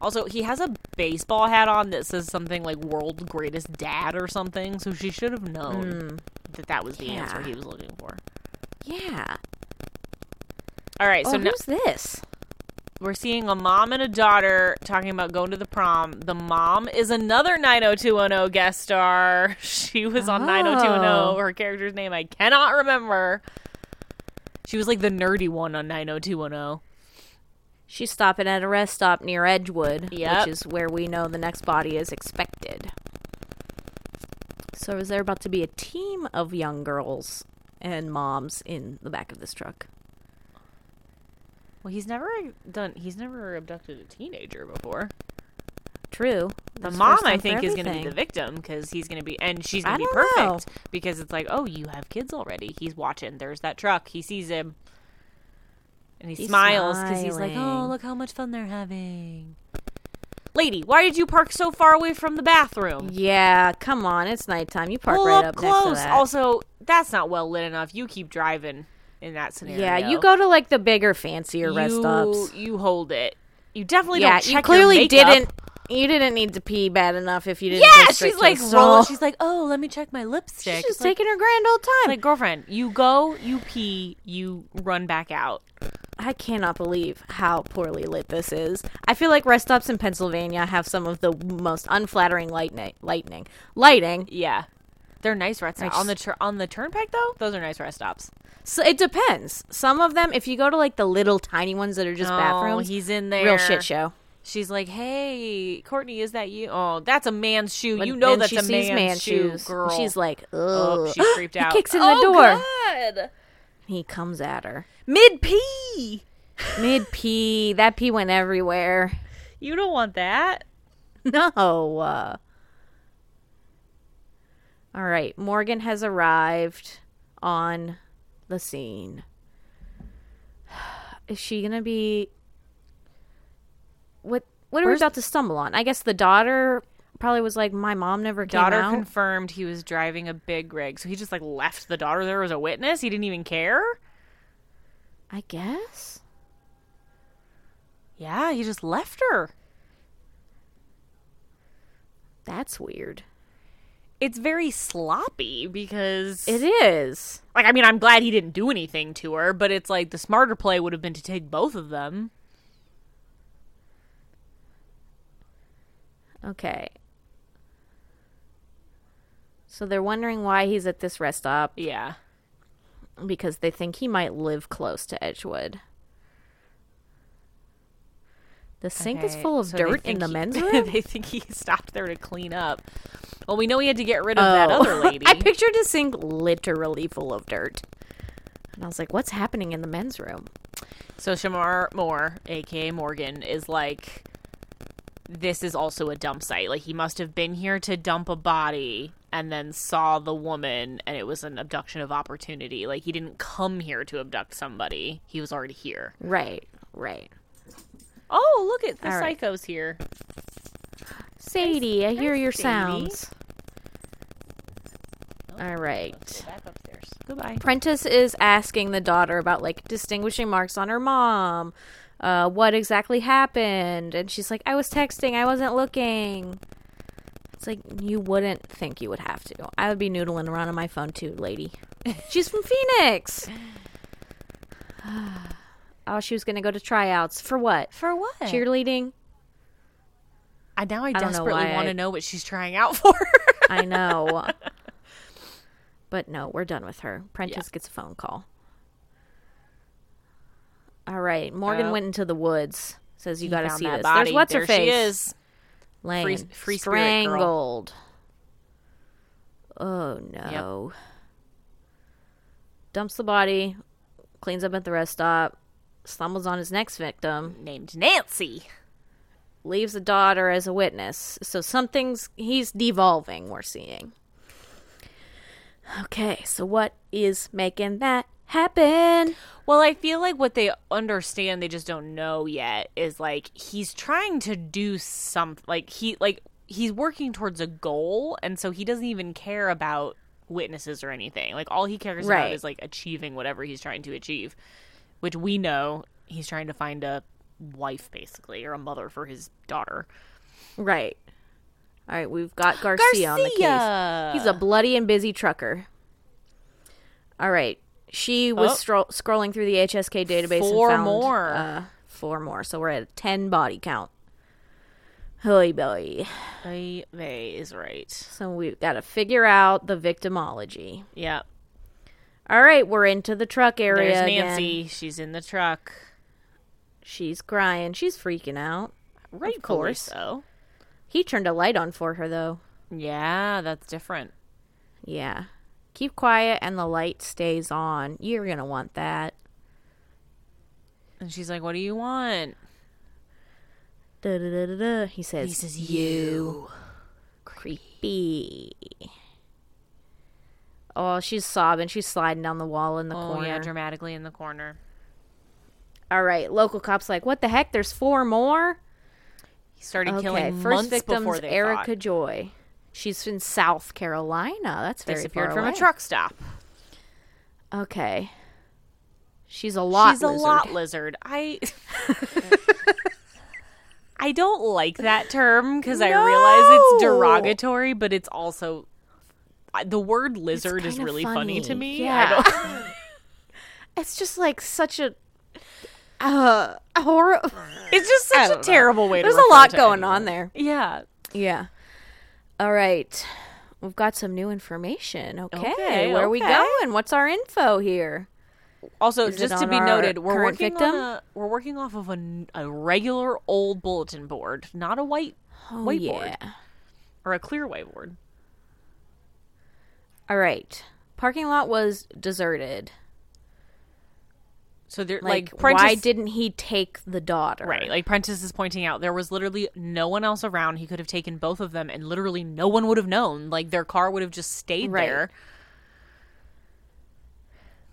A: Also, he has a baseball hat on that says something like "World Greatest Dad" or something. So she should have known that that was the answer
B: Hmm. Yeah.
A: he was looking for.
B: Yeah.
A: All right,
B: oh,
A: so now
B: who's this?
A: we're seeing a mom and a daughter talking about going to the prom. The mom is another 90210 guest star. She was on
B: Oh.
A: 90210. Her character's name I cannot remember. She was like the nerdy one oh. on 90210.
B: She's stopping at a rest stop near Edgewood,
A: Yep.
B: which is where we know the next body is expected. So is there about to be a team of young girls and moms in the back of this truck?
A: Well, he's never done. He's never abducted a teenager before.
B: True.
A: The
B: This is
A: mom,
B: first
A: I
B: time for
A: think, is going to be
B: everything.
A: the victim because he's going to be, and she's
B: I
A: going to be
B: don't
A: perfect
B: know.
A: because it's like, oh, you have kids already. He's watching. There's that truck. He sees him, and he
B: He's
A: smiles because he's like, oh,
B: smiling.
A: look how much fun they're having. Lady, why did you park so far away from the bathroom?
B: Yeah, come on, it's nighttime. You park
A: Pull
B: right
A: up
B: up, next to
A: close.
B: that.
A: Also, that's not well lit enough. You keep driving in that scenario.
B: yeah, you go to like the bigger, fancier rest
A: You-
B: stops.
A: You hold it. You definitely
B: Yeah,
A: don't. Check
B: you clearly
A: your makeup.
B: didn't. You didn't need to pee bad enough if you didn't.
A: Yeah,
B: go straight
A: she's
B: to
A: like
B: the
A: roll.
B: stall.
A: She's like, oh, let me check my lipstick.
B: She's
A: It's
B: just
A: like,
B: taking her grand old time.
A: like girlfriend you go you pee you run back out
B: I cannot believe how poorly lit this is. I feel like rest stops in Pennsylvania have some of the most unflattering lightning, lightning, lighting.
A: yeah they're nice rest stops
B: just-
A: on the tur- on the turnpike though those are nice rest stops
B: So it depends. Some of them, if you go to like the little tiny ones that are just
A: oh
B: bathrooms,
A: he's in there
B: real shit show.
A: she's like hey courtney is that you oh that's a man's shoe you
B: But
A: know
B: then
A: that's
B: she
A: a
B: sees
A: man's
B: man
A: shoe
B: shoes.
A: girl
B: She's like, ugh.
A: Oh, she creeped
B: He
A: out.
B: kicks in the
C: oh,
B: door.
C: God.
B: He comes at her
A: mid pee
B: mid pee. That pee went everywhere.
A: you don't want that
B: No. uh. All right, Morgan has arrived on the scene. Is she gonna be? What? What are we about to stumble on? I guess the daughter probably was like, "My mom never came
A: daughter
B: out."
A: confirmed he was driving a big rig so he just like left the daughter there as a witness he didn't even care
B: I guess.
A: yeah he just left her
B: That's weird.
A: it's very sloppy because
B: It is.
A: like I mean I'm glad he didn't do anything to her, but it's like the smarter play would have been to take both of them.
B: Okay. So they're wondering why he's at this rest stop
A: Yeah.
B: because they think he might live close to Edgewood. The sink is
A: Okay,
B: full of
A: so they
B: dirt in
A: think
B: the
A: he-
B: men's room.
A: they think he stopped there to clean up. Well, we know he had to get rid of that other lady.
B: Oh. I pictured a sink literally full of dirt. And I was like, what's happening in the men's room?
A: so Shamar Moore, aka Morgan, is like this is also a dump site. Like he must have been here to dump a body and then saw the woman and it was an abduction of opportunity. Like he didn't come here to abduct somebody. He was already here.
B: Right, right.
A: Oh, look at the
B: All right.
A: psychos here.
B: Sadie, I hear your
A: Sadie.
B: sounds. All right.
A: Back upstairs. Goodbye.
B: Prentice is asking the daughter about like distinguishing marks on her mom, uh, what exactly happened, and she's like, "I was texting, I wasn't looking." It's like you wouldn't think you would have to. I would be noodling around on my phone too, lady. she's from Phoenix. oh, she was gonna go to tryouts for what?
A: For what?
B: Cheerleading.
A: I now I
B: don't know
A: desperately
B: why
A: want
B: I-
A: to know what she's trying out for.
B: I know. But no, we're done with her. Prentice gets a phone call. All right, Morgan
A: Oh.
B: went into the woods. Says you got to
A: Found
B: see
A: that
B: this.
A: body.
B: There's what's
A: there
B: her face.
A: She is.
B: Laying
A: free spirit girl.
B: strangled. Oh no. dumps the body, cleans up at the rest stop, stumbles on his next victim,
A: named Nancy.
B: leaves the daughter as a witness. So something's he's devolving, we're seeing. Okay, so what is making that happen?
A: Well, I feel like what they understand, they just don't know yet, is like he's trying to do something. Like he, like he's working towards a goal, and so he doesn't even care about witnesses or anything. Like all he cares
B: Right.
A: about is like achieving whatever he's trying to achieve, which we know he's trying to find a wife, basically, or a mother for his daughter.
B: Right. All right, we've got Garcia, on the
A: Garcia!
B: case. He's a bloody and busy trucker. All right. She was
A: Oh.
B: stro- scrolling through the HSK database
A: Four
B: and found
A: more.
B: Uh, four more. So we're at a 10 body count. Holy boy.
A: They is right.
B: So we've got to figure out the victimology.
A: Yeah.
B: All right, we're into the truck area.
A: There's
B: again.
A: Nancy. She's in the truck.
B: She's crying. She's freaking out.
A: Right,
B: course.
A: So.
B: He turned a light on for her, though.
A: Yeah, that's different.
B: Yeah. Keep quiet and the light stays on. You're going to want that.
A: And she's like, "What do you want?"
B: Da, da, da, da, da. He says,
A: says, "You."
B: creepy. Oh, she's sobbing. She's sliding down the wall in the
A: Oh
B: corner.
A: yeah, dramatically in the corner.
B: All right, local cops like, what the heck? There's four more.
A: He started
B: Okay,
A: killing
B: first
A: months before
B: victim's
A: they
B: Erica
A: thought.
B: Joy. She's in South Carolina. That's very
A: disappeared
B: far
A: from
B: away.
A: a truck stop.
B: Okay. She's a lot.
A: she's a
B: lizard.
A: lot lizard. I I don't like that term because I realize it's
B: No.
A: derogatory, but it's also I- the word lizard is
B: kinda
A: really
B: funny.
A: funny. to me.
B: Yeah.
A: I don't,
B: It's just like such a uh horror.
A: it's just such a
B: don't know.
A: terrible way.
B: There's
A: to
B: a
A: refer
B: lot
A: to
B: going
A: anyone.
B: on there.
A: Yeah.
B: Yeah. All right. We've got some new information. Okay.
A: Okay,
B: Where are we
A: okay.
B: going? What's our info here?
A: Also,
B: it
A: just to
B: on
A: be
B: our
A: noted, we're
B: current
A: working
B: victim?
A: on a, we're working off of a, n- a regular old bulletin board, not a white
B: Oh,
A: whiteboard
B: yeah.
A: or a clear whiteboard.
B: All right. Parking lot was deserted.
A: So they're like,
B: Like,
A: Prentice,
B: why didn't he take the daughter?
A: right? Like Prentice is pointing out there was literally no one else around. He could have taken both of them, and literally no one would have known. Like their car would have just stayed
B: Right.
A: there.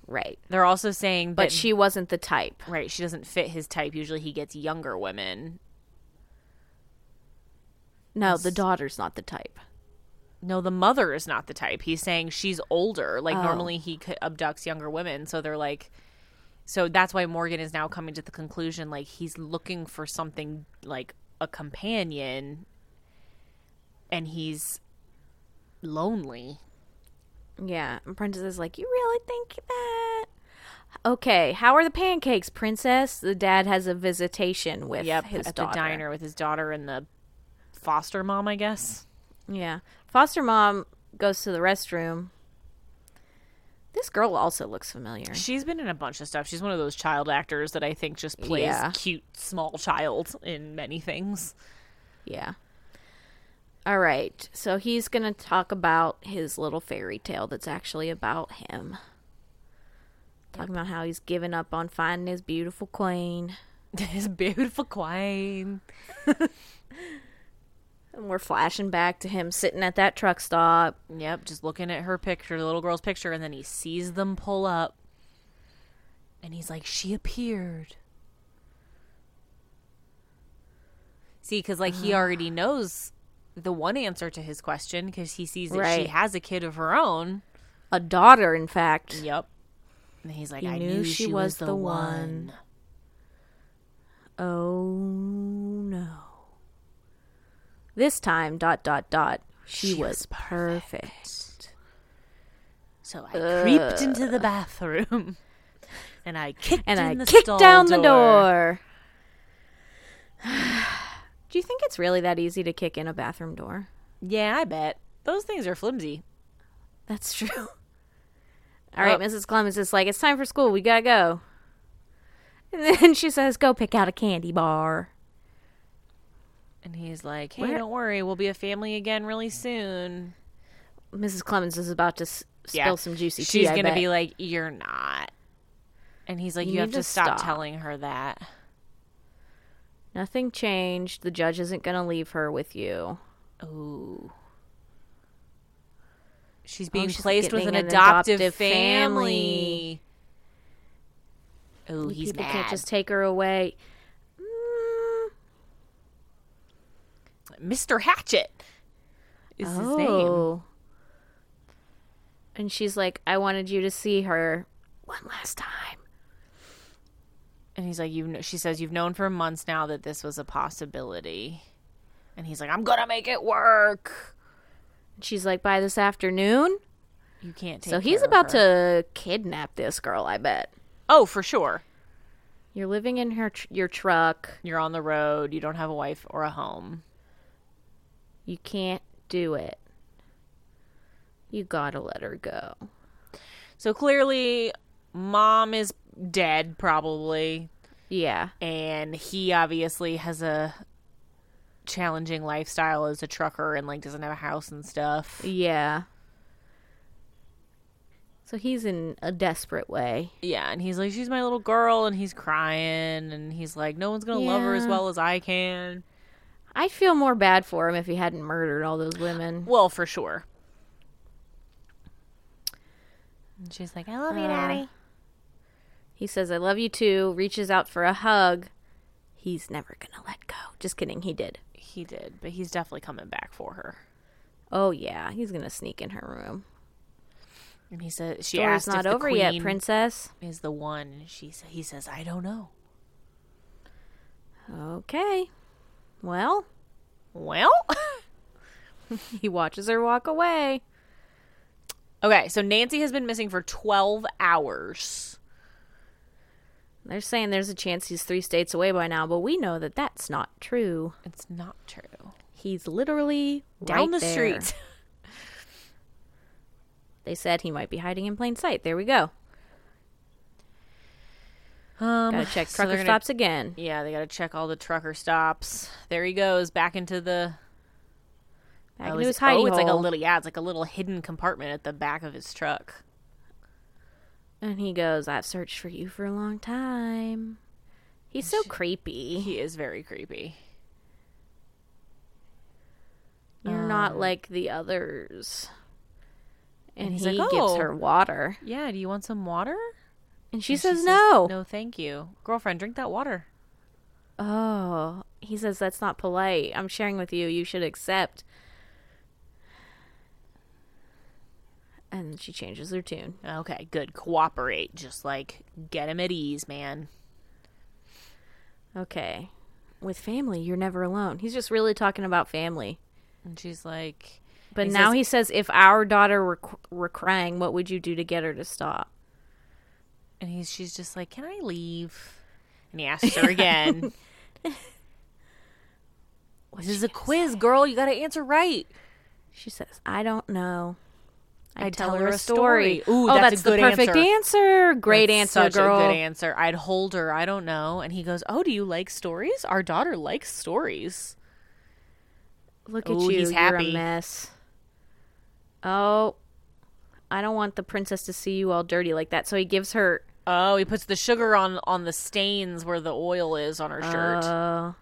B: Right.
A: They're also saying,
B: But
A: that,
B: she wasn't the type.
A: right, she doesn't fit his type. Usually, he gets younger women.
B: No, the daughter's not the type.
A: No, the mother is not the type. He's saying she's older.
B: Oh.
A: Like normally he c- abducts younger women, so they're like so that's why Morgan is now coming to the conclusion like he's looking for something like a companion and he's lonely.
B: Yeah. And Princess is like, You really think that? Okay. How are the pancakes, Princess? The dad has a visitation with his
A: at
B: daughter.
A: the diner with his daughter and the foster mom, I guess.
B: Yeah. Foster mom goes to the restroom. This girl also looks familiar.
A: She's been in a bunch of stuff. She's one of those child actors that I think just plays
B: Yeah.
A: cute small child in many things.
B: Yeah. All right. So he's going to talk about his little fairy tale that's actually about him. Talking about how he's given up on finding his beautiful queen.
A: His beautiful queen.
B: And we're flashing back to him sitting at that truck stop.
A: Yep, just looking at her picture, the little girl's picture, and then he sees them pull up. And he's like, she appeared. See, because, like, he
B: Ah.
A: already knows the one answer to his question because he sees that she
B: Right.
A: has a kid of her own.
B: A daughter, in fact.
A: Yep. And he's like,
B: He
A: I knew, she, was, the, one.
B: Oh no. This time, dot, dot, dot. She,
A: She
B: was
A: was
B: perfect.
A: So I creeped into the bathroom and I kicked
B: And
A: in
B: I
A: the
B: kicked
A: stall
B: down the door. Do you think it's really that easy to kick in a bathroom door?
A: Yeah, I bet. Those things are flimsy.
B: That's true. All right,
A: Oh.
B: Mrs. Clemens is like, it's time for school. We gotta go. And then she says, go pick out a candy bar.
A: And he's like, "Hey,
B: Where-
A: don't worry, we'll be a family again really soon."
B: Mrs. Clemens is about to s- spill some juicy tea.
A: She's
B: I
A: gonna
B: bet.
A: be like, "You're not," and he's like, "You,
B: You
A: have
B: need
A: to
B: to
A: stop,
B: stop."
A: telling her that."
B: nothing changed. The judge isn't gonna leave her with you.
A: Ooh. Oh, She's being
B: she's
A: placed with an
B: getting an
A: adoptive,
B: adoptive
A: family. Oh, he's
B: People
A: mad.
B: can't just take her away. Mm,
A: Mr. Hatchet is his name.
B: oh. And she's like, I wanted you to see her one last time.
A: And he's like, "You." kn She says, "You've known for months now that this was a possibility." And he's like, "I'm gonna make it work."
B: And she's like, by this afternoon.
A: You can't take.
B: So he's
A: care of
B: about
A: her.
B: to kidnap this girl. I bet.
A: Oh, for sure.
B: You're living in her tr- your truck.
A: You're on the road. You don't have a wife or a home.
B: You can't do it. You gotta let her go.
A: So clearly, mom is dead, probably.
B: Yeah.
A: and he obviously has a challenging lifestyle as a trucker and like doesn't have a house and stuff.
B: Yeah. So he's in a desperate way.
A: Yeah, and he's like, she's my little girl, and he's crying, and he's like, no one's gonna love her as
B: Yeah.
A: well as I can.
B: I'd feel more bad for him if he hadn't murdered all those women.
A: Well, for sure. And she's like, I love you, daddy.
B: He says, I love you too, reaches out for a hug. He's never gonna let go. Just kidding, he did.
A: He did, but he's definitely coming back for her.
B: Oh, yeah, he's gonna sneak in her room.
A: And he says, she asked
B: Story's not
A: if
B: over
A: the queen
B: yet, princess.
A: is the one. And she sa- he says, I don't know.
B: Okay. Well,
A: Well,
B: he watches her walk away.
A: okay. So Nancy has been missing for twelve hours.
B: They're saying there's a chance he's three states away by now, but we know that that's not true.
A: It's not true.
B: He's literally
A: Down the
B: right there.
A: street.
B: They said he might be hiding in plain sight. There we go.
A: Um,
B: Gotta check
A: so
B: trucker
A: they're gonna-
B: stops again.
A: Yeah, they gotta check all the trucker stops. There he goes back into the.
B: Back
A: oh,
B: into
A: is-
B: his hiding
A: oh, it's like a
B: hole.
A: little. Yeah, it's like a little hidden compartment at the back of his truck.
B: And he goes, I've searched for you for a long time. He's so creepy.
A: He is very creepy.
B: You're
A: uh,
B: not like the others. And,
A: he's
B: he
A: like,
B: gives
A: "Oh."
B: her water.
A: Yeah. Do you want some water?
B: And she says, no.
A: No, thank you, girlfriend. Drink that water.
B: Oh. He says, that's not polite. I'm sharing with you. You should accept. And she changes her tune.
A: Okay, good. Cooperate. Just like get him at ease, man.
B: Okay. With family, you're never alone. He's just really talking about family.
A: And she's like,
B: But
A: He
B: now
A: says-
B: he says, if our daughter were, c- were crying, what would you do to get her to stop?
A: and he's she's just like, can I leave? And he asks her again. this is a quiz, girl. You gotta answer right.
B: She says, I don't know. I
A: I'd tell her a story. Ooh,
B: oh,
A: that's a
B: that's,
A: good
B: the perfect answer. Great
A: That's
B: answer,
A: such
B: girl.
A: a good answer. I'd hold her. I don't know. And he goes, "Oh, do you like stories? Our daughter likes stories."
B: Look at
A: Ooh,
B: you.
A: he's
B: you're
A: happy.
B: a mess. Oh, I don't want the princess to see you all dirty like that. So he gives her.
A: Oh, he puts the sugar on on the stains where the oil is on her shirt.
B: Uh,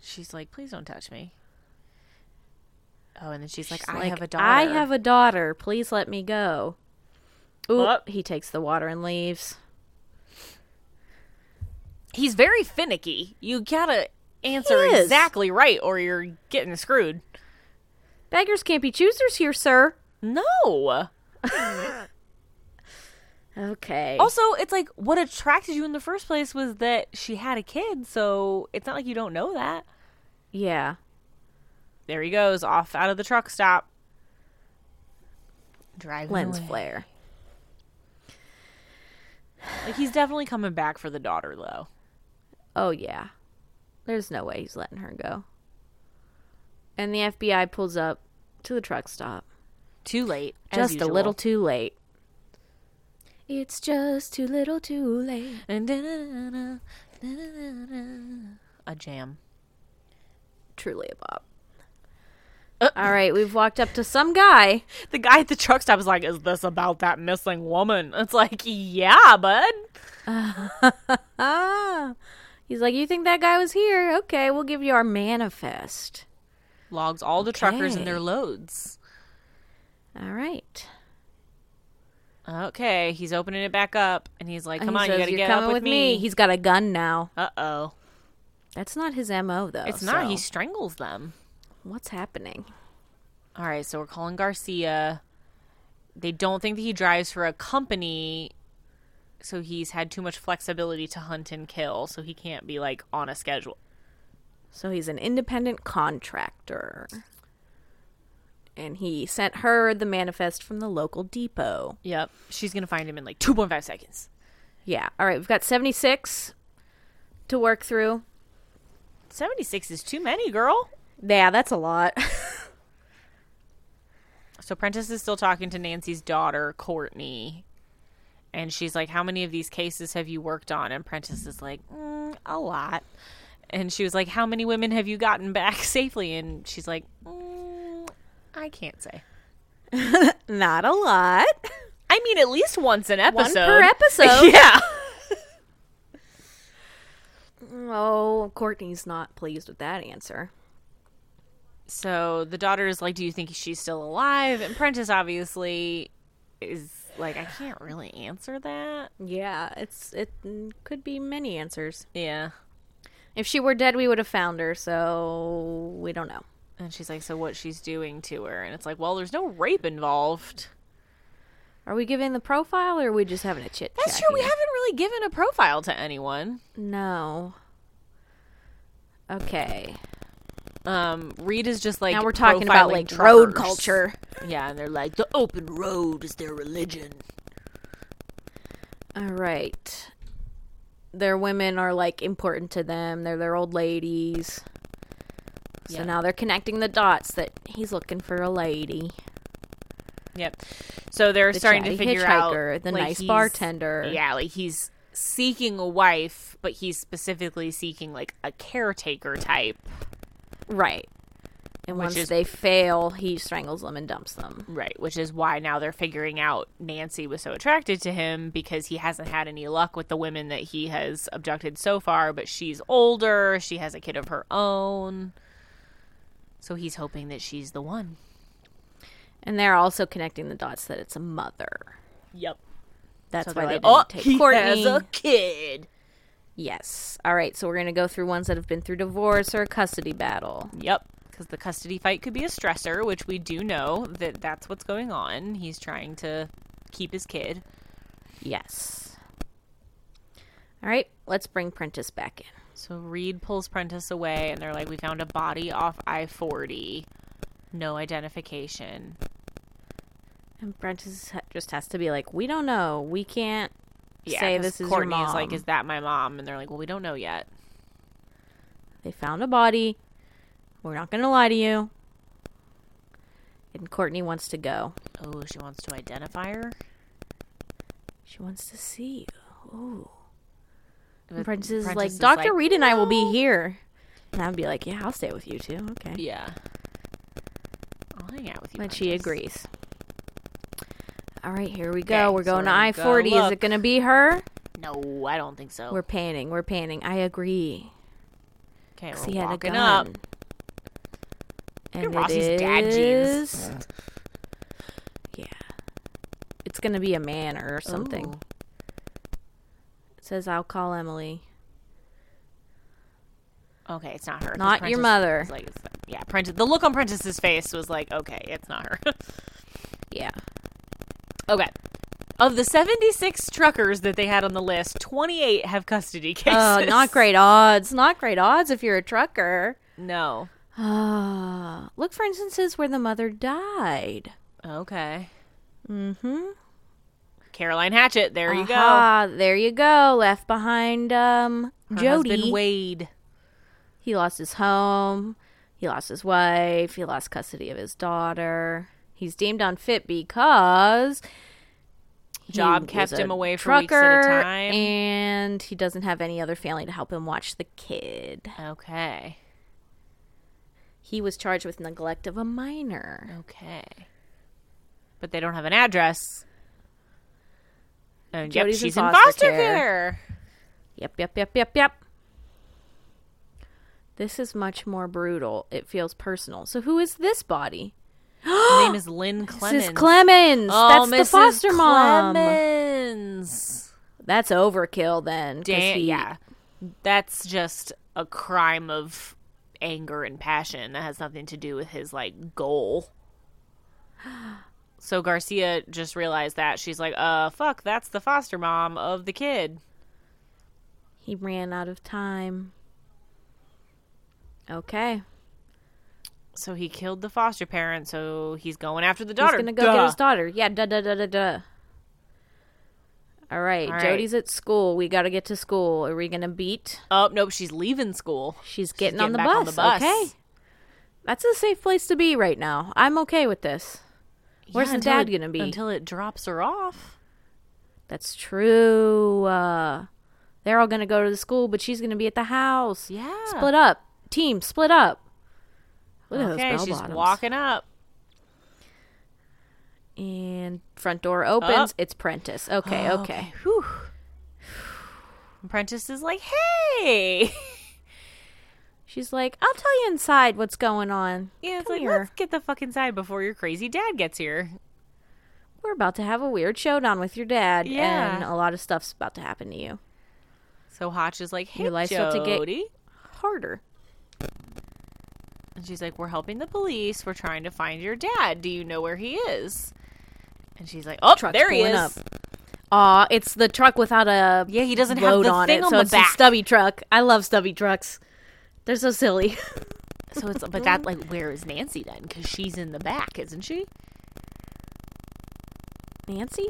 A: she's like, "Please don't touch me." Oh, and then she's, like,
B: she's
A: "I
B: like,
A: have a daughter."
B: I have a daughter. Please let me go. Ooh,
A: Oh.
B: he takes the water and leaves.
A: He's very finicky. You gotta answer
B: He is.
A: exactly right, or you're getting screwed.
B: Beggars can't be choosers here, sir.
A: No.
B: Okay.
A: Also, it's like what attracted you in the first place was that she had a kid, so it's not like you don't know that.
B: yeah.
A: There he goes, off out of the truck stop. Driving
B: Lens
A: away.
B: flare.
A: Like he's definitely coming back for the daughter, though.
B: Oh yeah. There's no way he's letting her go. And the FBI pulls up to the truck stop.
A: Too late. as
B: Just a
A: usual.
B: little too late. It's just too little too late.
A: A jam.
B: Truly a bop. All right, we've walked up to some guy.
A: The guy at the truck stop is like, "Is this about that missing woman?" It's like, "Yeah, bud."
B: Ah. He's like, You think that guy was here? Okay, we'll give you our manifest.
A: Logs all the truckers and their
B: Okay.
A: loads.
B: All right.
A: Okay, he's opening it back up, and he's like, "Come
B: He
A: on, you
B: says,
A: gotta
B: "You're
A: get
B: coming
A: up with, me."
B: He's got a gun now.
A: uh oh,
B: That's not his MO, though.
A: it's not.
B: so
A: He strangles them.
B: What's happening?
A: All right, so we're calling Garcia. They don't think that he drives for a company, so he's had too much flexibility to hunt and kill, so he can't be like on a schedule.
B: So he's an independent contractor. And he sent her the manifest from the local depot.
A: Yep, she's gonna find him in like two point five seconds.
B: Yeah. All right, we've got 76 to work through.
A: Seventy six is too many, girl.
B: Yeah, that's a lot.
A: So Prentice is still talking to Nancy's daughter, Courtney. And she's like, How many of these cases have you worked on? And Prentice is like, mm, A lot. And she was like, How many women have you gotten back safely? And she's like, mm, I can't say.
B: not a lot.
A: I mean, at least once an episode.
B: One per episode.
A: yeah.
B: Oh, Courtney's not pleased with that answer.
A: So the daughter is like, Do you think she's still alive? And Prentice obviously is like, I can't really answer that.
B: Yeah, it's it mm, could be many answers.
A: Yeah.
B: If she were dead, we would have found her, so we don't know.
A: And she's like, So what she's doing to her? And it's like, Well, there's no rape involved.
B: Are we giving the profile or are we just having a chit chat?
A: That's true. We haven't really given a profile to anyone.
B: No. Okay.
A: Um, Reed is just like
B: now we're talking about
A: profiling
B: like
A: truckers.
B: road culture.
A: Yeah, and they're like the open road is their religion.
B: All right. Their women are like important to them. They're their old ladies. So
A: Yeah.
B: now they're connecting the dots that he's looking for a lady.
A: Yep. So they're
B: The
A: starting to
B: chatty
A: figure
B: hitchhiker,
A: out
B: the
A: like,
B: nice
A: he's-
B: bartender.
A: Yeah, like he's seeking a wife, but he's specifically seeking like a caretaker type.
B: Right. And once
A: is-
B: they fail, he strangles them and dumps them.
A: Right, which is why now they're figuring out Nancy was so attracted to him because he hasn't had any luck with the women that he has abducted so far, but she's older, she has a kid of her own. So he's hoping that she's the one.
B: And they're also connecting the dots that it's a mother.
A: Yep. So
B: That's why
A: they're
B: they
A: like, oh,
B: didn't take
A: he
B: Courtney.
A: has a kid.
B: Yes. All right. So we're going to go through ones that have been through divorce or a custody battle.
A: Yep. Because the custody fight could be a stressor, which we do know that that's what's going on. He's trying to keep his kid.
B: Yes. All right. Let's bring Prentice back in.
A: So Reed pulls Prentice away, and they're like, "We found a body off I forty, no identification."
B: And Prentice ha- just has to be like, we don't know. We can't
A: Yeah,
B: say
A: 'cause
B: this is
A: Courtney's
B: your mom.
A: like, "Is that my mom?" And they're like, "Well, we don't know yet."
B: They found a body. We're not going to lie to you. And Courtney wants to go.
A: Oh, she wants to identify her.
B: She wants to see you. Ooh.
A: But
B: And Prentice is
A: Prentice
B: like, Dr. Reed and I will be here. And I'd be like, yeah, I'll stay with you too. Okay.
A: Yeah, I'll hang out with you.
B: But she
A: Prentice."
B: agrees. All right, here we
A: Okay,
B: go. we're
A: so
B: going to
A: we're
B: I
A: gonna go
B: 40. Is
A: look. Oh.
B: it going to be her?
A: No, I don't think so.
B: We're panning. We're panning. I agree.
A: okay,
B: 'Cause
A: we're
B: he had a
A: walking
B: gun.
A: up.
B: And
A: at Rossi's
B: it
A: dad jeans.
B: is- Yeah. It's going to be a man or something.
A: Ooh.
B: It says, I'll call Emily.
A: Okay, it's not her. 'cause
B: Not your
A: Prentice
B: mother.
A: is Like, it's- yeah, Prentice. The look on Prentice's face was like, "Okay, it's not her."
B: Yeah.
A: Okay. Of the 76 truckers that they had on the list, 28 have custody cases.
B: Oh, not great odds. Not great odds if you're a trucker.
A: No.
B: Ah, look for instances where the mother died.
A: Okay. Mm-hmm. Caroline Hatchett, there you go.
B: Aha, There you go. Left behind um
A: Her
B: Jody.
A: husband Wade.
B: he lost his home. He lost his wife. He lost custody of his daughter. He's deemed unfit because he
A: Job
B: was
A: kept
B: a
A: him away for weeks at a
B: trucker
A: time.
B: and he doesn't have any other family to help him watch the kid.
A: Okay.
B: He was charged with neglect of a minor.
A: Okay. But they don't have an address. And yep,
B: Jody's in
A: she's in foster,
B: foster
A: care.
B: care. Yep, yep, yep, yep, yep. This is much more brutal. It feels personal. So who is this body?
A: Her name is Lynn Clemens.
B: Mrs. Clemens. Oh,
A: Oh,
B: That's the foster mom.
A: Clemens.
B: That's overkill then. 'cause
A: Damn,
B: he-
A: yeah. That's just a crime of anger and passion that has nothing to do with his like goal. So Garcia just realized that she's like, "Uh, fuck, that's the foster mom of the kid."
B: He ran out of time. Okay.
A: So he killed the foster parent. So he's going after the
B: He's
A: daughter.
B: gonna go
A: Duh.
B: get his daughter. Yeah, da da da da da. All right,
A: All right.
B: Jody's at school. We gotta get to school. Are we gonna beat?
A: Oh nope, she's leaving school.
B: She's getting, on, the
A: getting back
B: bus.
A: on the bus.
B: Okay, that's a safe place to be right now. I'm okay with this. Where's the
A: until
B: dad
A: it-
B: gonna be?
A: Until it drops her off.
B: That's true. Uh, they're all gonna go to the school, but she's gonna be at the house.
A: Yeah.
B: Split up, team. Split up. Look at
A: Okay,
B: those bell
A: she's
B: bottoms.
A: walking up.
B: And front door opens.
A: Up.
B: It's Prentice. Okay,
A: Oh,
B: okay.
A: Whew. Prentice is like, hey.
B: She's like, I'll tell you inside what's going on.
A: Yeah, it's
B: Come
A: like,
B: here.
A: let's get the fuck inside before your crazy dad gets here.
B: We're about to have a weird showdown with your dad,
A: Yeah.
B: and a lot of stuff's about to happen to you.
A: So Hotch is like, hey,
B: Your life's about to get-
A: Jody.
B: Harder.
A: And she's like, we're helping the police. We're trying to find your dad. Do you know where he is? And she's like, oh,
B: Truck's
A: there he
B: pulling
A: is.
B: up. Aw, it's the truck without a
A: Yeah, he doesn't have
B: load
A: the
B: on
A: thing
B: it,
A: on
B: so
A: the
B: it's
A: back.
B: a stubby truck. I love stubby trucks. They're so silly.
A: So it's, but that, like, where is Nancy then? Because she's in the back, isn't she?
B: Nancy?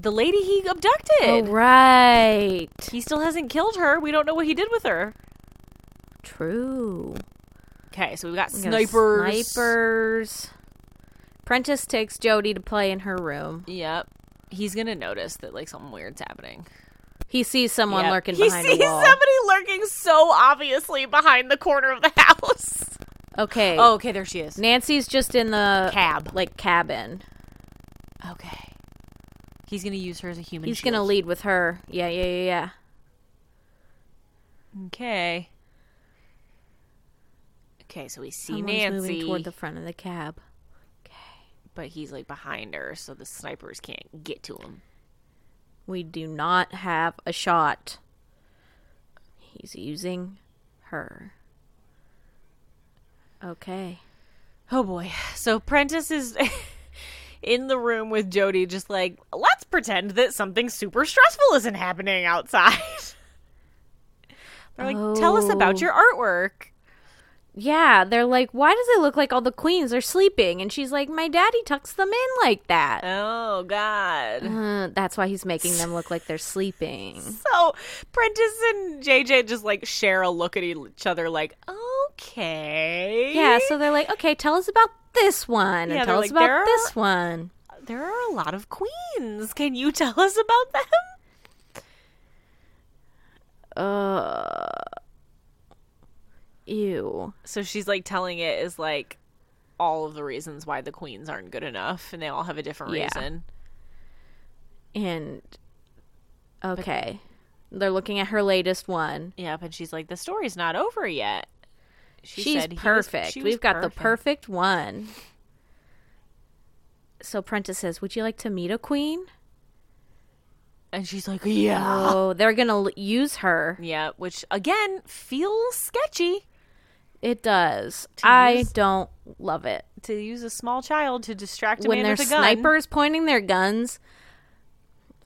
A: The lady he abducted.
B: Oh, right.
A: He still hasn't killed her. We don't know what he did with her.
B: True.
A: Okay, so we've got
B: We got a
A: snipers.
B: Snipers. Prentice takes Jody to play in her room.
A: Yep. He's gonna notice that like something weird's happening.
B: He sees someone
A: Yep.
B: lurking
A: he
B: behind
A: sees
B: a wall.
A: somebody lurking so obviously behind the corner of the house.
B: Okay.
A: Oh, okay, there she is.
B: Nancy's just in the
A: Cab.
B: like cabin.
A: Okay. He's gonna use her as a human.
B: He's gonna lead with her. Yeah, yeah, yeah, yeah.
A: gonna. Okay. Okay, so we see
B: Someone's
A: Nancy,
B: moving toward the front of the cab.
A: but he's like behind her, so the snipers can't get to him.
B: We do not have a shot. He's using her. Okay.
A: Oh boy. So Prentice is in the room with Jody, just like, let's pretend that something super stressful isn't happening outside. They're like, tell us about
B: Oh.
A: your artwork.
B: Yeah, they're like, why does it look like all the queens are sleeping? And she's like, my daddy tucks them in like that.
A: Oh, God.
B: Uh, that's why he's making them look like they're sleeping.
A: So Prentice and JJ just like share a look at each other, like, okay.
B: Yeah, so they're like, okay, tell us about this one.
A: Yeah,
B: and
A: they're
B: tell
A: like,
B: us about
A: there are-
B: this one.
A: there are a lot of queens. Can you tell us about them?
B: uh ew
A: So she's like telling it is like all of the reasons why the queens aren't good enough, and they all have a different
B: Yeah.
A: reason.
B: and okay they're looking at her latest one
A: Yep, and she's like, the story's not over yet. She
B: she's
A: said he was-
B: perfect
A: she was
B: we've got the perfect one so prentice says would you like to meet a queen
A: And she's like, yeah,
B: oh they're gonna l- use her
A: Ah. yeah, which again feels sketchy
B: it does i
A: use-
B: don't love it
A: to use a small child to distract a
B: when
A: man
B: there's
A: with a gun.
B: snipers pointing their guns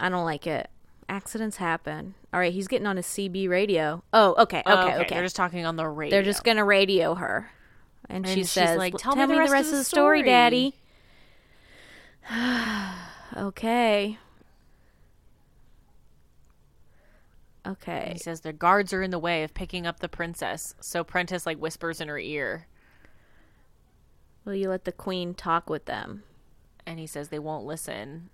B: i don't like it accidents happen all right he's getting on his cb radio oh okay okay
A: Oh,
B: okay,
A: They're just talking on the radio.
B: They're just gonna radio her, and, she
A: she's
B: says,
A: like,
B: "Tell, me, the rest of the story,
A: story."
B: Daddy." okay.
A: He
B: Okay.
A: says the guards are in the way of picking up the princess. So Prentice like whispers in her ear,
B: Will you let the queen talk with them?
A: and he says they won't listen.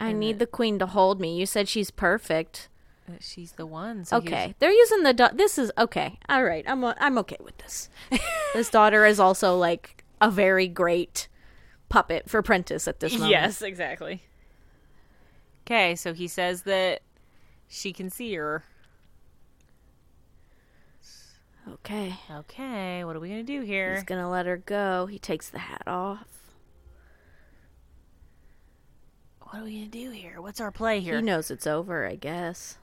B: I need the queen to hold me. You said she's perfect.
A: Uh, She's the one. So he was-
B: Okay, they're using the. Da- this is okay. All right, I'm o- I'm okay with this. this daughter is also like a very great puppet for Prentice at this moment.
A: Yes, exactly. Okay, so he says that she can see her.
B: Okay.
A: Okay, what are we gonna do here?
B: He's gonna let her go. He takes the hat off.
A: What are we gonna do here? What's our play here?
B: He knows it's over, I guess.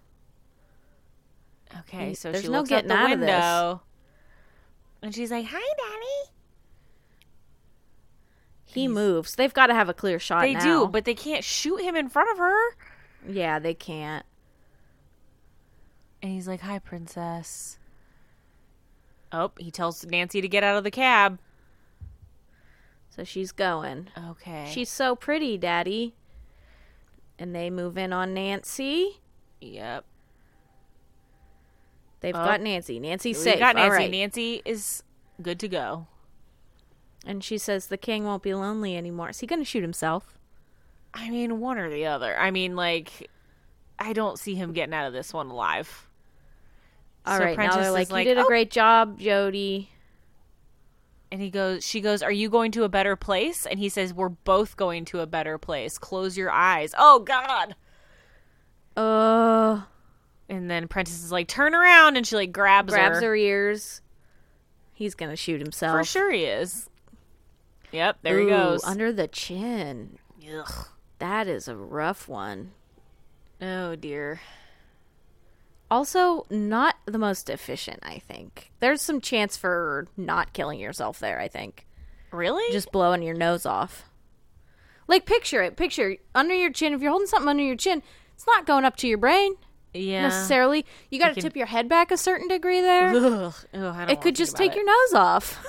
A: okay,
B: he-
A: so
B: there's
A: she
B: no
A: looks out
B: getting
A: the
B: out of this.
A: window, and she's like, "Hi, Daddy."
B: He moves. They've got to have a clear shot.
A: They
B: now.
A: do, but they can't shoot him in front of her.
B: yeah, they can't.
A: And he's like, "Hi, princess." Oh, he tells Nancy to get out of the cab.
B: So she's going.
A: Okay.
B: She's so pretty, Daddy. And they move in on Nancy.
A: yep.
B: They've
A: Oh.
B: got Nancy. Nancy's
A: We
B: safe.
A: got Nancy.
B: All right.
A: Nancy is good to go.
B: And she says the king won't be lonely anymore. Is he going to shoot himself?
A: I mean, one or the other. I mean, like, I don't see him getting out of this one alive.
B: All
A: So
B: right. now
A: Prentice
B: they're
A: is
B: like,
A: like,
B: you did
A: "Oh."
B: a great job, Jody.
A: And he goes, she goes, Are you going to a better place? And he says, We're both going to a better place. Close your eyes. Oh, God.
B: Oh,
A: And then Prentice is like, Turn around. And she, like, grabs,
B: grabs her ears. He's going to shoot himself.
A: For sure he is. Yep, there
B: Ooh,
A: he goes.
B: Under the chin.
A: Ugh.
B: That is a rough one.
A: Oh, dear.
B: Also, not the most efficient, I think. There's some chance for not killing yourself there, I think.
A: Really?
B: Just blowing your nose off. Like, picture it. Picture under your chin. If you're holding something under your chin, it's not going up to your brain
A: yeah.
B: necessarily. You got to
A: can-
B: tip your head back a certain degree there.
A: Ugh. Oh, I don't
B: It could just take
A: your.
B: your nose off.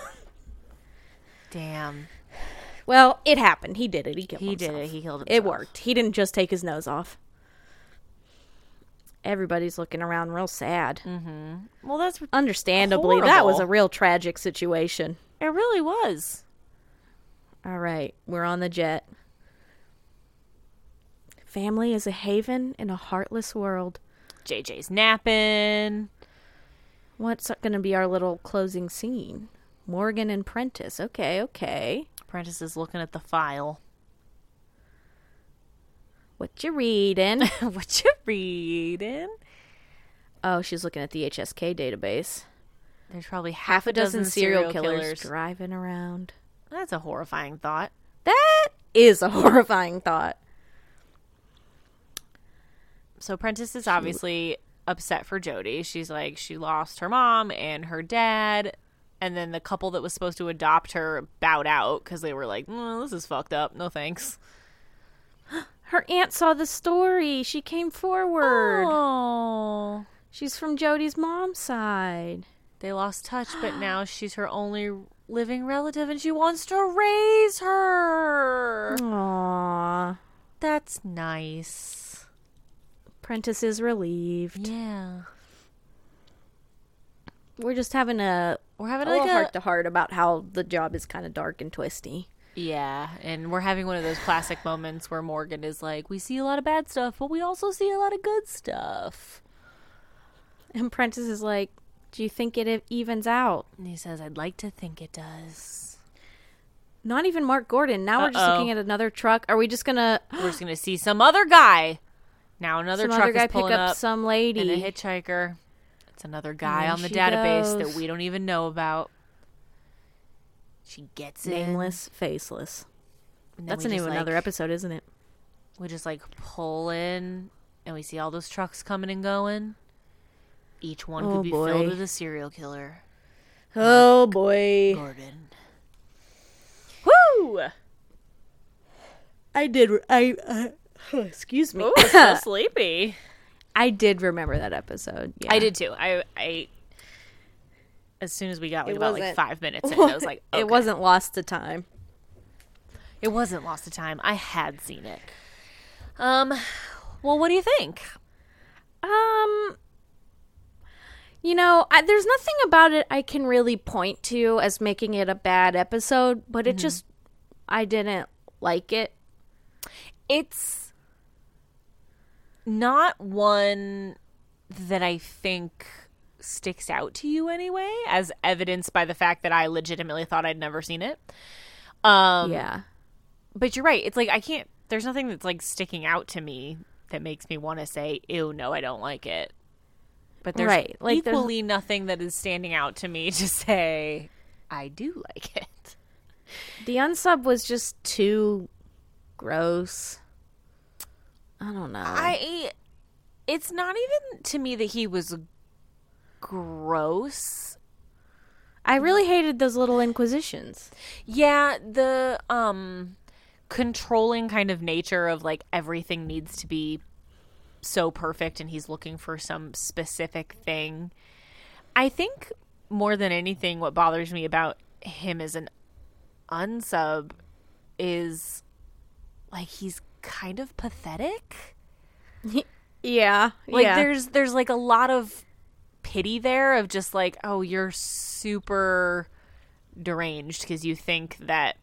A: Damn.
B: well, it happened. He did it. He killed
A: He
B: himself.
A: did it. He killed himself.
B: It worked. He didn't just take his nose off. Everybody's looking around real sad.
A: Well, that's.
B: Understandably, that
A: Mm.
B: was a
A: Horrible.
B: real tragic situation.
A: It really was.
B: All right, we're on the jet. Family is a haven in a heartless world.
A: JJ's napping.
B: What's going to be our little closing scene? Morgan and Prentice. Okay, okay.
A: Prentice is looking at the file.
B: What you reading?
A: what you reading?
B: oh, she's looking at the HSK database.
A: There's probably
B: Half a dozen, serial killers, driving around.
A: That's a horrifying thought.
B: That is a horrifying thought.
A: So Prentice is obviously upset for Jody. She's like she lost her mom and her dad, and then the couple that was supposed to adopt her bowed out because they were like, "Mm, "This is fucked up. No thanks."
B: Her aunt saw the story. She came forward.
A: Oh,
B: She's from Jody's mom's side.
A: they lost touch, but now she's her only living relative, and she wants to raise her.
B: Aww.
A: That's nice.
B: Prentice is relieved.
A: Yeah,
B: We're just having a,
A: we're having
B: a
A: like
B: little
A: a
B: heart to heart about how the job is kind of dark and twisty.
A: Yeah, and we're having one of those classic moments where Morgan is like, "We see a lot of bad stuff, but we also see a lot of good stuff."
B: And Prentice is like, Do you think it e- evens out?
A: And he says, "I'd like to think it does."
B: Not even Mark Gordon. Now we're just
A: Uh-oh.
B: looking at another truck. Are we just going to.
A: We're just gonna see some other guy. Now another
B: Some
A: truck
B: other guy
A: is
B: pick
A: pulling
B: up,
A: up,
B: some
A: and
B: lady.
A: a hitchhiker. It's another guy
B: then
A: on the
B: she
A: database
B: goes.
A: that we don't even know about. She gets it.
B: Nameless, faceless. That's the name of another episode, isn't it?
A: We just like pull in, and we see all those trucks coming and going. Each one
B: Oh,
A: could be
B: boy.
A: filled with a serial killer.
B: Oh, boy.
A: Gordon.
B: Woo! I did. I uh, excuse
A: Oh.
B: me.
A: sleepy.
B: I did remember that episode. Yeah.
A: I did too. I, I as soon as we got like
B: It
A: about like
B: wasn't-
A: five minutes in, I was like, okay.
B: It wasn't lost to time.
A: it wasn't lost to time. I had seen it. Um, well, what do you think?
B: Um, you know, I, there's nothing about it I can really point to as making it a bad episode, but it just I didn't like it.
A: It's not one that I think sticks out to you anyway, as evidenced by the fact that I legitimately thought I'd never seen it. Um,
B: yeah.
A: But you're right. It's like I can't. There's nothing that's like sticking out to me that makes me want to say, "Ew, no, I don't like it." But there's
B: Right, like, there's-
A: equally nothing that is standing out to me to say, "I do like it."
B: The unsub was just too gross. I don't know.
A: I it's not even to me that he was gross.
B: I really hated those little inquisitions.
A: Yeah, the um controlling kind of nature of like everything needs to be so perfect and he's looking for some specific thing. I think more than anything what bothers me about him as an unsub is like he's kind of pathetic.
B: Yeah.
A: like there's there's like a lot of pity there of just like oh you're super deranged because you think that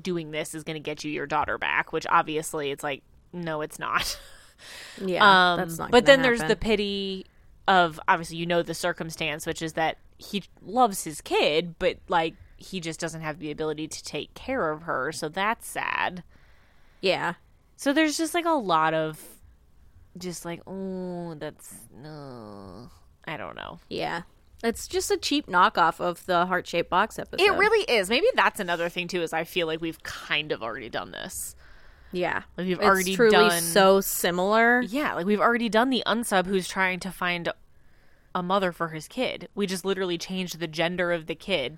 A: doing this is going to get you your daughter back which obviously it's like no it's not
B: yeah.
A: um,
B: that's not
A: but
B: gonna
A: then there's the
B: happen.
A: pity of obviously you know the circumstance which is that he loves his kid but like he just doesn't have the ability to take care of her so that's sad
B: yeah.
A: so there's just like a lot of just like, oh, that's no. I don't know.
B: Yeah. It's just a cheap knockoff of the heart shaped box episode.
A: It really is. Maybe that's another thing too is I feel like we've kind of already done this.
B: Yeah.
A: Like, we've
B: it's
A: already
B: truly
A: done-
B: so similar.
A: Yeah, like we've already done the unsub who's trying to find a mother for his kid. We just literally changed the gender of the kid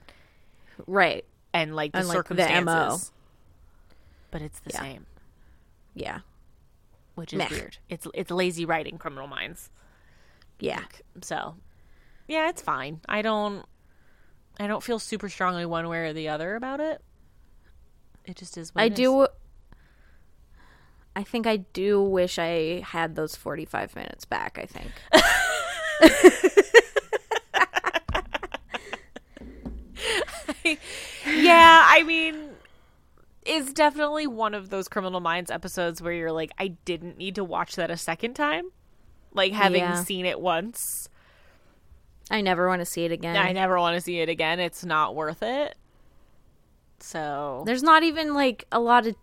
B: Right.
A: and like the
B: And, like, the
A: circumstances.
B: MO.
A: But it's the
B: Yeah.
A: same,
B: Yeah.
A: which is
B: Meh.
A: weird. It's it's lazy writing criminal minds.
B: Yeah.
A: So, yeah, it's fine. I don't I don't feel super strongly one way or the other about it. It just is what
B: I
A: it is.
B: do. I think I do wish I had those 45 minutes back, I think.
A: Yeah, I mean, it's definitely one of those Criminal Minds episodes where you're like, I didn't need to watch that a second time. Like having
B: Yeah.
A: seen it once,
B: I never want to see it again.
A: I never want to see it again. It's not worth it. So
B: There's not even like a lot of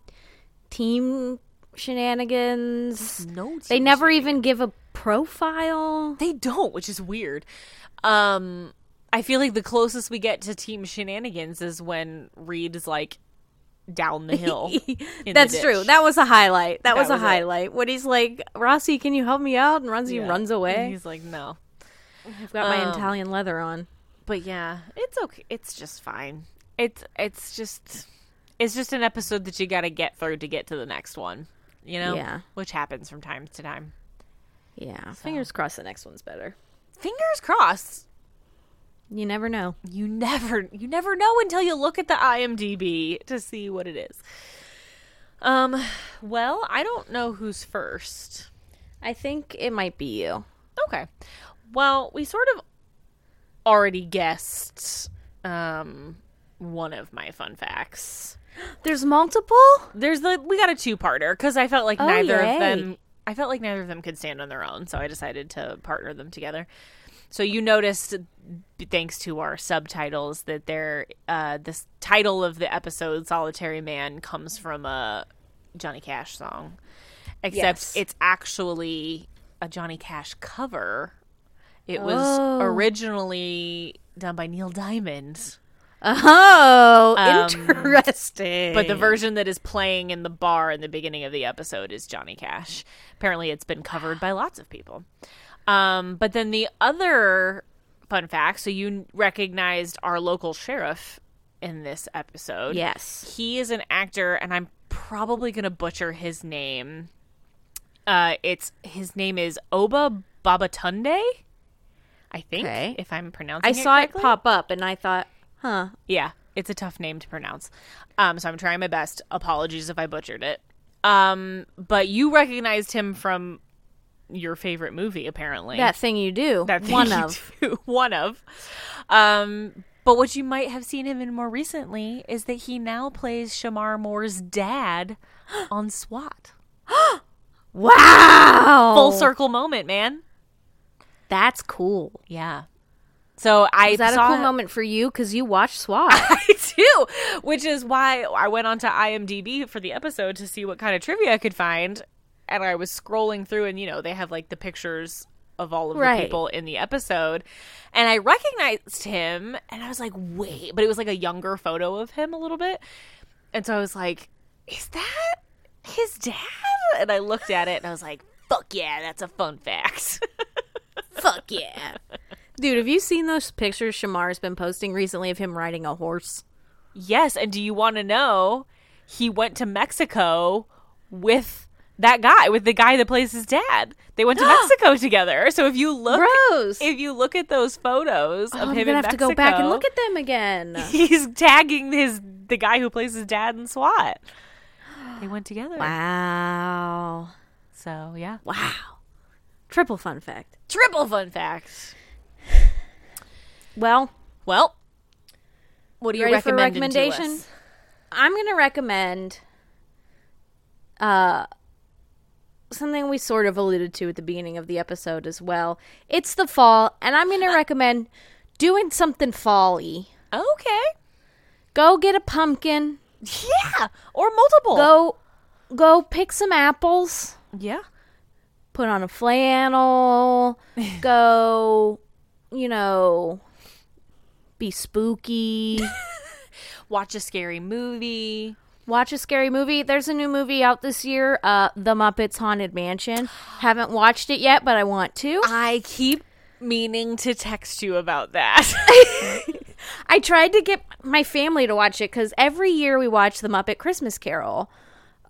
B: team shenanigans.
A: no,
B: They never even give a profile.
A: They don't, which is weird. Um, I feel like the closest we get to team shenanigans is when Reed is like down the hill. in the
B: That's true.
A: ditch.
B: That was a highlight. That, was,
A: was
B: a
A: it.
B: highlight. When he's like, Rossi, can you help me out? And runs,
A: Yeah.
B: he runs
A: And
B: away.
A: he's like, no.
B: I've got my
A: um,
B: Italian leather on.
A: But yeah, it's okay. It's just fine. It's it's just it's just an episode that you got to get through to get to the next one. You know,
B: Yeah.
A: which happens from time to time.
B: Yeah. Fingers crossed the next one's better.
A: Fingers crossed.
B: You never know.
A: You never you never know until you look at the IMDb to see what it is. Um, well, I don't know who's first.
B: I think it might be you.
A: Okay. Well, we sort of already guessed um one of my fun facts.
B: There's multiple?
A: there's the we got a two parter because I felt like
B: Oh,
A: neither
B: yay.
A: of them I felt like neither of them could stand on their own, so I decided to partner them together. So you noticed, thanks to our subtitles, that there uh, this title of the episode "Solitary Man" comes from a Johnny Cash song, except
B: Yes.
A: it's actually a Johnny Cash cover. It
B: Oh.
A: was originally done by Neil Diamond.
B: Oh,
A: Um,
B: interesting.
A: But the version that is playing in the bar in the beginning of the episode is Johnny Cash. Apparently, it's been covered by lots of people. Um, but then the other fun fact so you recognized our local sheriff in this episode.
B: Yes.
A: He is an actor, and I'm probably going to butcher his name. Uh, it's his name is Oba Babatunde, I think,
B: Okay.
A: if I'm pronouncing
B: I
A: it
B: saw it
A: correctly.
B: pop up and I thought, huh.
A: Yeah, it's a tough name to pronounce. Um, so I'm trying my best. Apologies if I butchered it. Um, but you recognized him from your favorite movie, apparently.
B: That thing you do.
A: That thing
B: one
A: you
B: of.
A: do- one of. Um, but what you might have seen him in more recently is that he now plays Shamar Moore's dad on SWAT.
B: Wow. Oh.
A: Full circle moment, man.
B: That's cool.
A: Yeah. So I
B: Is that a
A: saw
B: cool
A: it-
B: moment for you? Because you watched SWAT.
A: I do, which is why I went onto IMDb for the episode to see what kind of trivia I could find. And I was scrolling through, and you know, they have like the pictures of all of
B: Right.
A: the people in the episode. And I recognized him, and I was like, wait, but it was like a younger photo of him a little bit. And so I was like, is that his dad? And I looked at it, and I was like, fuck yeah, that's a fun fact.
B: Fuck yeah. Dude, have you seen those pictures Shamar's been posting recently of him riding a horse?
A: Yes, and do you want to know? He went to Mexico with that guy, with the guy that plays his dad. They went to Mexico together. So if you look,
B: Gross.
A: if you look at those photos
B: Oh,
A: of
B: I'm
A: him,
B: gonna
A: in
B: have to go back and
A: Mexico,
B: look at them again.
A: He's tagging his the guy who plays his dad in SWAT. They went together.
B: wow.
A: So yeah,
B: Wow. Triple fun fact.
A: triple fun fact.
B: Well,
A: Well, what do you,
B: ready for a
A: recommend
B: recommendation? I'm going to recommend uh something we sort of alluded to at the beginning of the episode as well. It's the fall, and I'm going to recommend doing something fall-y.
A: Okay.
B: Go get a pumpkin.
A: Yeah, or multiple.
B: Go go pick some apples.
A: Yeah.
B: put on a flannel, go, you know, be spooky,
A: Watch a scary movie.
B: watch a scary movie. There's a new movie out this year, uh, The Muppets Haunted Mansion. Haven't watched it yet, but I want to.
A: I keep meaning to text you about that.
B: I tried to get my family to watch it because every year we watch The Muppet Christmas Carol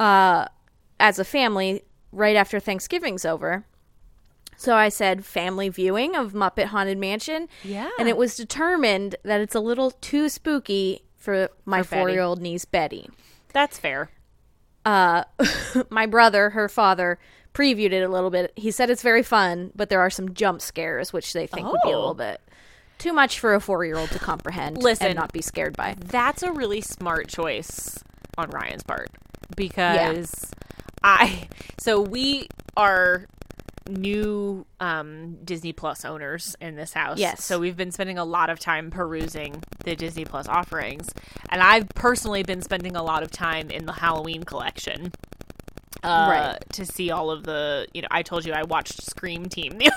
B: uh, as a family right after Thanksgiving's over. So I said family viewing of Muppet Haunted Mansion.
A: Yeah.
B: And it was determined that it's a little too spooky for my
A: For Betty.
B: four year old niece Betty.
A: That's fair.
B: Uh, my brother, her father, previewed it a little bit. He said it's very fun, but there are some jump scares, which they think would be a
A: Oh.
B: little bit too much for a four year old to comprehend
A: Listen.
B: and not be scared by.
A: That's a really smart choice on Ryan's part because I so we are new um Disney Plus owners in this house.
B: Yes.
A: So we've been spending a lot of time perusing the Disney Plus offerings and I've personally been spending a lot of time in the Halloween collection. Uh,
B: Right.
A: to see all of the you know i told you i watched scream team the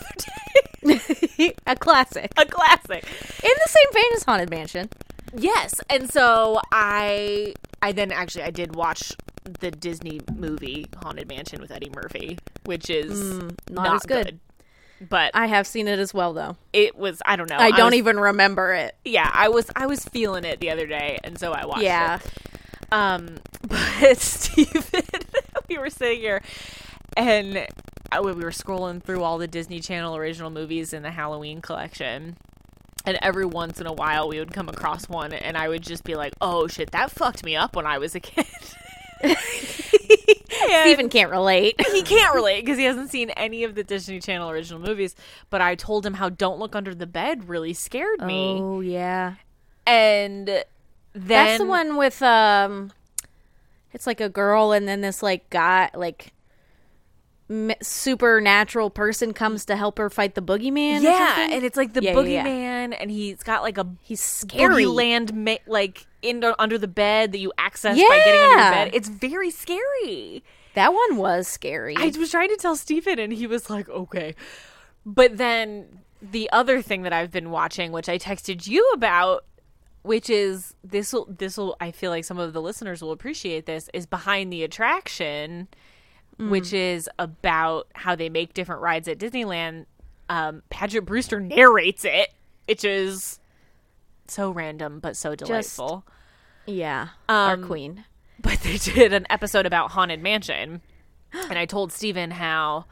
A: other day
B: a classic.
A: a classic
B: In the same vein as Haunted Mansion.
A: Yes, and so I I then actually I did watch the Disney movie Haunted Mansion with Eddie Murphy, which is
B: Mm, not
A: not,
B: as good.
A: good. But
B: I have seen it as well, though.
A: it was I don't know.
B: Oh, I don't
A: was-
B: even remember it.
A: Yeah, I was I was feeling it the other day, and so I watched.
B: Yeah.
A: it. Um, but Steven, we were sitting here, and I, we were scrolling through all the Disney Channel original movies in the Halloween collection. And every once in a while, we would come across one, and I would just be like, "Oh shit, that fucked me up when I was a kid." And-
B: Stephen can't relate.
A: he can't relate because he hasn't seen any of the Disney Channel original movies. But I told him how "Don't Look Under the Bed" really scared me,
B: Oh, yeah.
A: and then
B: That's the one with um, it's like a girl and then this like guy like m- supernatural person comes to help her fight the boogeyman. or
A: Yeah,
B: something?
A: and it's like the
B: Yeah, yeah, yeah.
A: boogeyman, and he's got like a
B: he's scary.
A: boogeyland ma- like in under the bed that you access by getting under
B: Yeah.
A: the bed. It's very scary.
B: That one was scary.
A: I was trying to tell Stephen, and he was like, "Okay," but then the other thing that I've been watching, which I texted you about, which is this will this will I feel like some of the listeners will appreciate this is behind the attraction, which is about how they make different rides at Disneyland. Um, Paget Brewster narrates it, which is so random but so delightful.
B: yeah, our queen.
A: but they did an episode about Haunted Mansion. And I told Steven how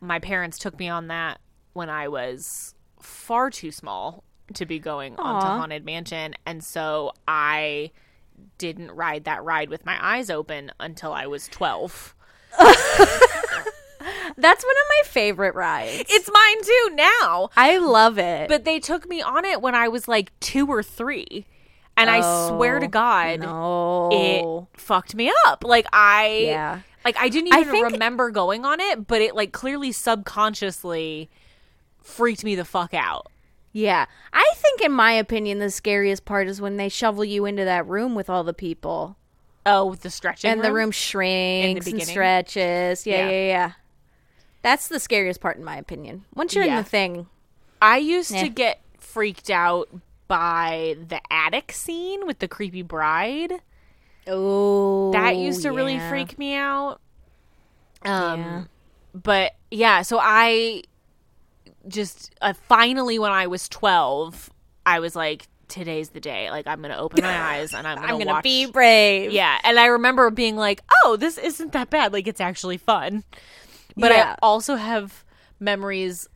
A: my parents took me on that when I was far too small to be going onto
B: Aw.
A: Haunted Mansion. And so I didn't ride that ride with my eyes open until I was 12.
B: That's one of my favorite rides.
A: It's mine too now.
B: I love it.
A: But they took me on it when I was like two or three. And I swear to
B: Oh,
A: God,
B: no,
A: it fucked me up. Like I
B: Yeah.
A: like I didn't
B: I
A: even
B: think-
A: remember going on it, but it like clearly subconsciously freaked me the fuck out.
B: Yeah. I think, in my opinion, the scariest part is when they shovel you into that room with all the people.
A: Oh, with the stretching
B: and the room shrinks and
A: beginning?
B: stretches. Yeah, yeah,
A: Yeah.
B: yeah, That's the scariest part, in my opinion. Once you're in
A: Yeah.
B: the thing,
A: I used
B: Yeah.
A: to get freaked out by the attic scene with the creepy bride.
B: oh,
A: That used to really
B: yeah.
A: freak me out. Um
B: Yeah.
A: but yeah, so I just uh, finally when I was 12, I was like today's the day. Like I'm going to open my eyes and I'm going
B: I'm
A: to
B: gonna
A: watch
B: be brave.
A: Yeah, and I remember being like, "Oh, this isn't that bad. Like it's actually fun." But I
B: Yeah.
A: also have memories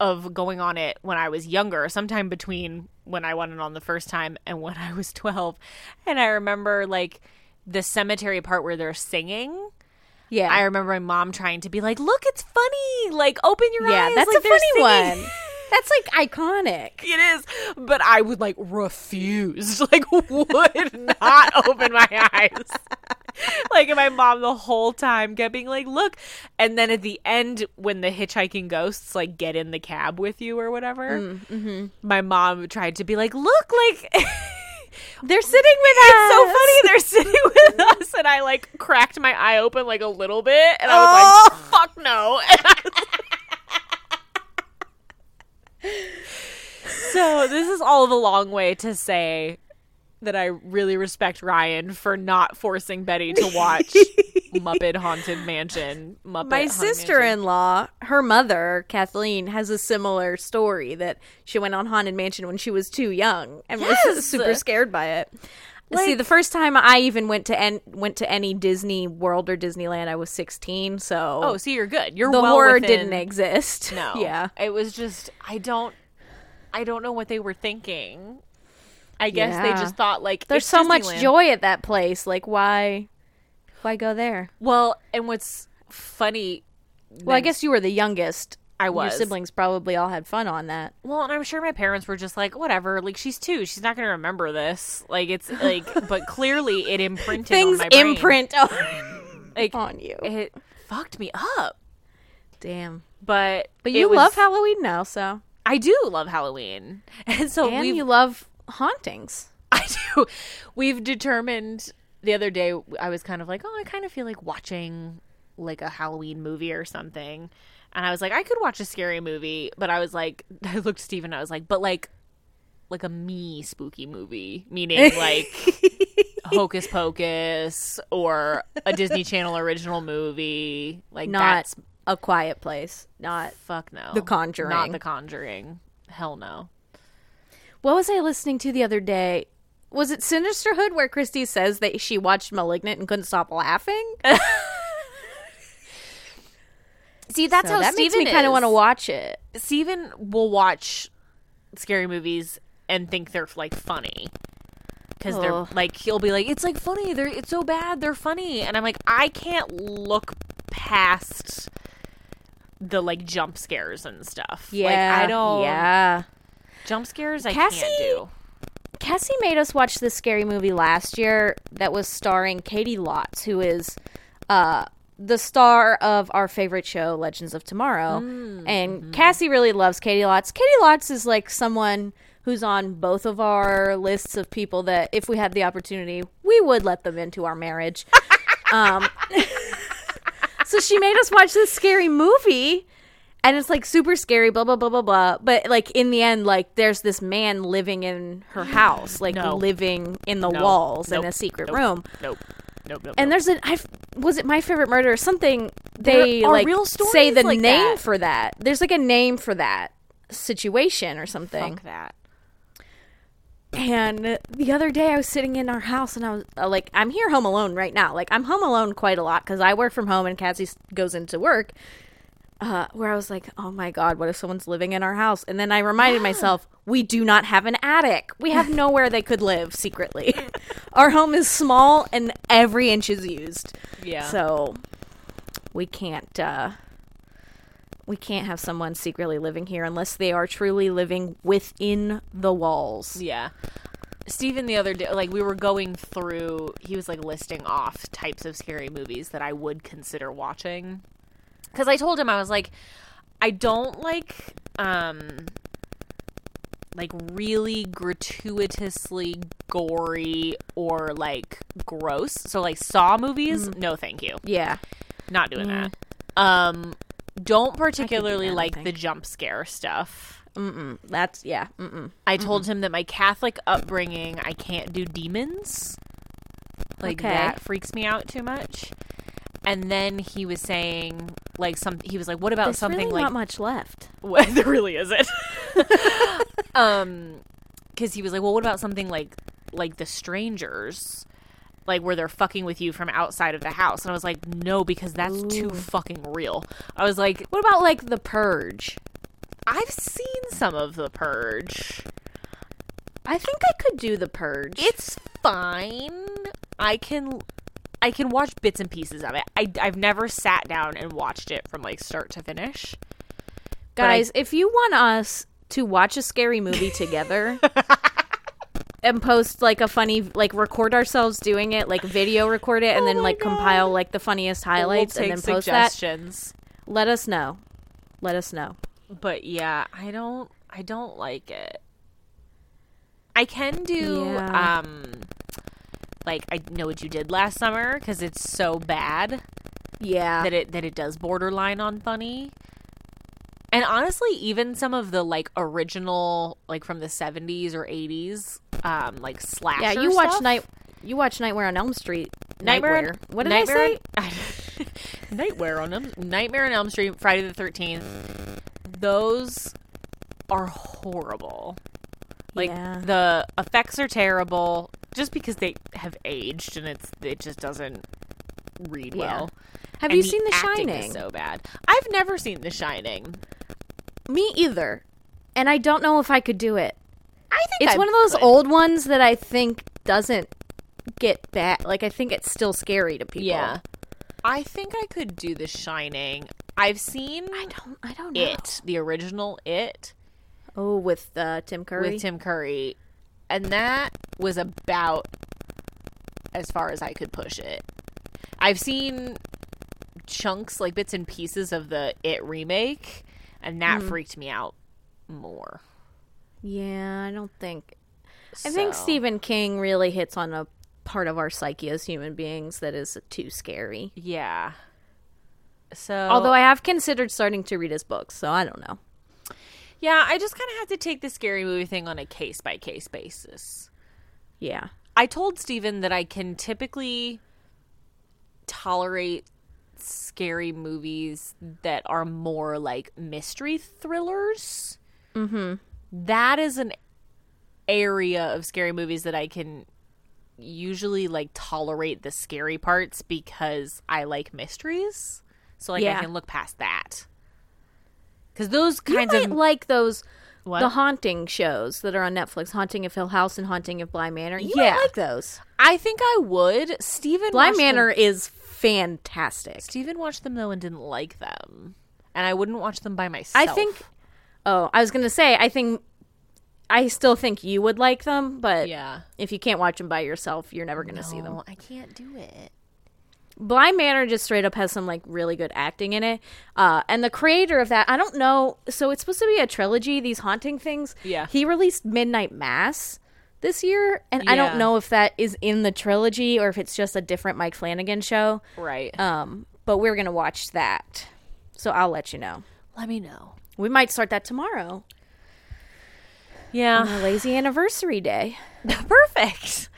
A: of going on it when I was younger, sometime between when I went on the first time and when I was 12. And I remember like the cemetery part where they're singing.
B: yeah.
A: I remember my mom trying to be like, "Look, it's funny. Like open your
B: yeah,
A: eyes."
B: that's
A: like,
B: a
A: they're
B: funny
A: singing."
B: one. That's like iconic.
A: It is, but I would like refuse, like would not open my eyes. Like and my mom the whole time kept being like, "Look," and then at the end when the hitchhiking ghosts like get in the cab with you or whatever, my mom tried to be like, "Look, like
B: They're sitting with us.
A: it's so funny they're sitting with us," and I like cracked my eye open like a little bit, and
B: Oh.
A: I was like, "Fuck no!" And I was- So this is all of a long way to say that I really respect Ryan for not forcing Betty to watch Muppet Haunted Mansion. Muppet
B: My
A: Haunted
B: sister
A: Mansion.
B: in law, her mother, Kathleen, has a similar story that she went on Haunted Mansion when she was too young and was
A: Yes.
B: super scared by it. See, the first time I even went to en- went to any Disney World or Disneyland, I was sixteen, so
A: oh, see, you're good. You're
B: the
A: well
B: horror
A: within-
B: didn't exist.
A: No,
B: yeah,
A: it was just I don't, I don't know what they were thinking. I guess they
B: Yeah.
A: just thought like
B: there's
A: it's
B: so much
A: Disneyland.
B: joy at that place. Like, why, why go there?
A: Well, and what's funny?
B: Well, I guess you were the youngest.
A: I
B: Your
A: was
B: siblings probably all had fun on that.
A: Well, and I'm sure my parents were just like, whatever. Like she's two. She's not going to remember this. Like it's like, but clearly it imprinted.
B: Things
A: on my brain.
B: imprint on,
A: Like,
B: on you.
A: It fucked me up.
B: Damn.
A: But
B: But
A: it
B: you
A: was-
B: love Halloween now, so
A: I do love Halloween, and so
B: and
A: we
B: you love hauntings.
A: I do. We've determined the other day. I was kind of like, oh, I kind of feel like watching like a Halloween movie or something, and I was like, I could watch a scary movie, but I was like, I looked at Steven, I was like, but like, like a me spooky movie, meaning like Hocus Pocus or a Disney Channel original movie, like
B: Not
A: that's
B: a quiet place. Not
A: fuck no,
B: The Conjuring.
A: not The Conjuring, hell no.
B: What was I listening to the other day? Was it Sinisterhood where Christy says that she watched Malignant and couldn't stop laughing?
C: See, that's
B: So
C: how
B: that makes
C: Steven
B: me kind of want to
C: is.
B: watch it.
A: Steven will watch scary movies and think they're like funny because they're
B: Ugh.
A: like he'll be like it's like funny they're it's so bad they're funny and I'm like I can't look past the like jump scares and stuff
B: Yeah,
A: like, I don't
B: Yeah,
A: jump scares I
B: Cassie-
A: can't do
B: Cassie made us watch this scary movie last year that was starring Katie Lotz, who is uh, the star of our favorite show, Legends of Tomorrow.
A: Mm,
B: And
A: mm-hmm.
B: Cassie really loves Katie Lotz. Katie Lotz is like someone who's on both of our lists of people that, if we had the opportunity, we would let them into our marriage. um, so she made us watch this scary movie and it's like super scary blah blah blah blah blah but like in the end like there's this man living in her house like
A: No.
B: living in the
A: No.
B: walls in
A: Nope.
B: a secret
A: Nope.
B: room
A: nope nope nope nope.
B: and there's an i was it my favorite murder or something they
A: There are
B: like
A: real
B: say the
A: stories like
B: name
A: that.
B: for that there's like a name for that situation or something
A: Fuck that
B: and the other day I was sitting in our house and I was uh, like, I'm here home alone right now. Like, I'm home alone quite a lot because I work from home and Cassie s- goes into work. Uh, where I was like, oh my God, what if someone's living in our house? And then I reminded myself, we do not have an attic. We have nowhere they could live secretly. our home is small and every inch is used.
A: yeah
B: So we can't uh we can't have someone secretly living here unless they are truly living within the walls.
A: Yeah. Steven the other day like we were going through he was like listing off types of scary movies that I would consider watching. Cuz I told him I was like I don't like um like really gratuitously gory or like gross. So like Saw movies, no thank you.
B: Yeah.
A: Not doing
B: Yeah.
A: that. Um don't particularly
B: that, I
A: like the
B: think.
A: jump scare stuff.
B: Mm-mm. That's yeah. Mm-mm.
A: I told
B: Mm-hmm.
A: him that my Catholic upbringing, I can't do demons. Like
B: Okay.
A: that freaks me out too much. And then he was saying like some he was like what about
B: There's
A: something
B: really
A: like
B: not much left.
A: well, there really isn't. um, because he was like, "Well, what about something like like the strangers, like where they're fucking with you from outside of the house?" And I was like, "No, because that's too fucking real." I was like,
B: What about like the purge?
A: "I've seen some of the Purge.
B: I think I could do the purge.
A: It's fine. I can." I can watch bits and pieces of it. I, I've never sat down and watched it from like start to finish. but I-
B: Guys, if you want us to watch a scary movie together and post like a funny like record ourselves doing it, like video record it and then like compile like the funniest highlights
A: Oh We'll
B: and
A: take
B: then post that,
A: suggestions.
B: let us know. Let us know.
A: but yeah i don't i don't like it i can do
B: Yeah.
A: um like i know what you did last summer because it's so bad
B: Yeah.
A: that it that it does borderline on funny and honestly even some of the like original like from the 70s or 80s um like slasher
B: yeah, you watch
A: stuff.
B: night you watch Nightmare on Elm Street.
A: Nightmare.
B: Nightwear. What did
A: Nightmare,
B: I say?
A: Nightmare on Elm. Nightmare on Elm Street. Friday the Thirteenth. Those are horrible. Like
B: Yeah.
A: the effects are terrible, just because they have aged and it's it just doesn't read
B: Yeah.
A: well.
B: Have
A: And
B: you seen The
A: acting is
B: Shining?
A: so bad. I've never seen The Shining.
B: Me either. And I don't know if I could do it.
A: I think
B: It's
A: I
B: one of those
A: could.
B: old ones that I think doesn't get bad. Like I think it's still scary to people.
A: Yeah, I think I could do The Shining. I've seen
B: I don't. I don't know.
A: it, the original It.
B: Oh, with uh, Tim Curry.
A: with Tim Curry, and that was about as far as I could push it. I've seen chunks, like bits and pieces of the It remake, and that
B: Mm-hmm.
A: freaked me out more.
B: yeah, I don't think. I think
A: So-
B: Stephen King really hits on a part of our psyche as human beings that is too scary.
A: Yeah. So,
B: Although I have considered starting to read his books, so I don't know.
A: yeah, I just kind of have to take the scary movie thing on a case by case basis.
B: Yeah.
A: I told Steven that I can typically tolerate scary movies that are more like mystery thrillers. Mm-hmm. is an area of scary movies that I can usually like tolerate the scary parts because I like mysteries. So like
B: Yeah.
A: I can look past that. Cause those
B: You
A: kinds
B: might
A: of
B: like those
A: What?
B: the haunting shows that are on Netflix, Haunting of Hill House and Haunting of Bly Manor. You
A: Yeah.
B: might like those.
A: I think I would. Steven
B: Bly
A: watched them-
B: Manor is fantastic.
A: Steven watched them though and didn't like them. And I wouldn't watch them by myself.
B: I think. Oh, I was gonna say. I think. I still think you would like them, but
A: Yeah.
B: if you can't watch them by yourself, you're never gonna see them.
A: I can't do it.
B: Blind Manor just straight up has some like really good acting in it. Uh, and the creator of that, I don't know. So it's supposed to be a trilogy. These haunting things.
A: Yeah.
B: He released Midnight Mass this year, and I
A: Yeah.
B: don't know if that is in the trilogy or if it's just a different Mike Flanagan show.
A: Right.
B: Um, but we're gonna watch that, so I'll let you know.
A: Let me know.
B: We might start that tomorrow.
A: Yeah.
B: A lazy anniversary day.
A: Perfect.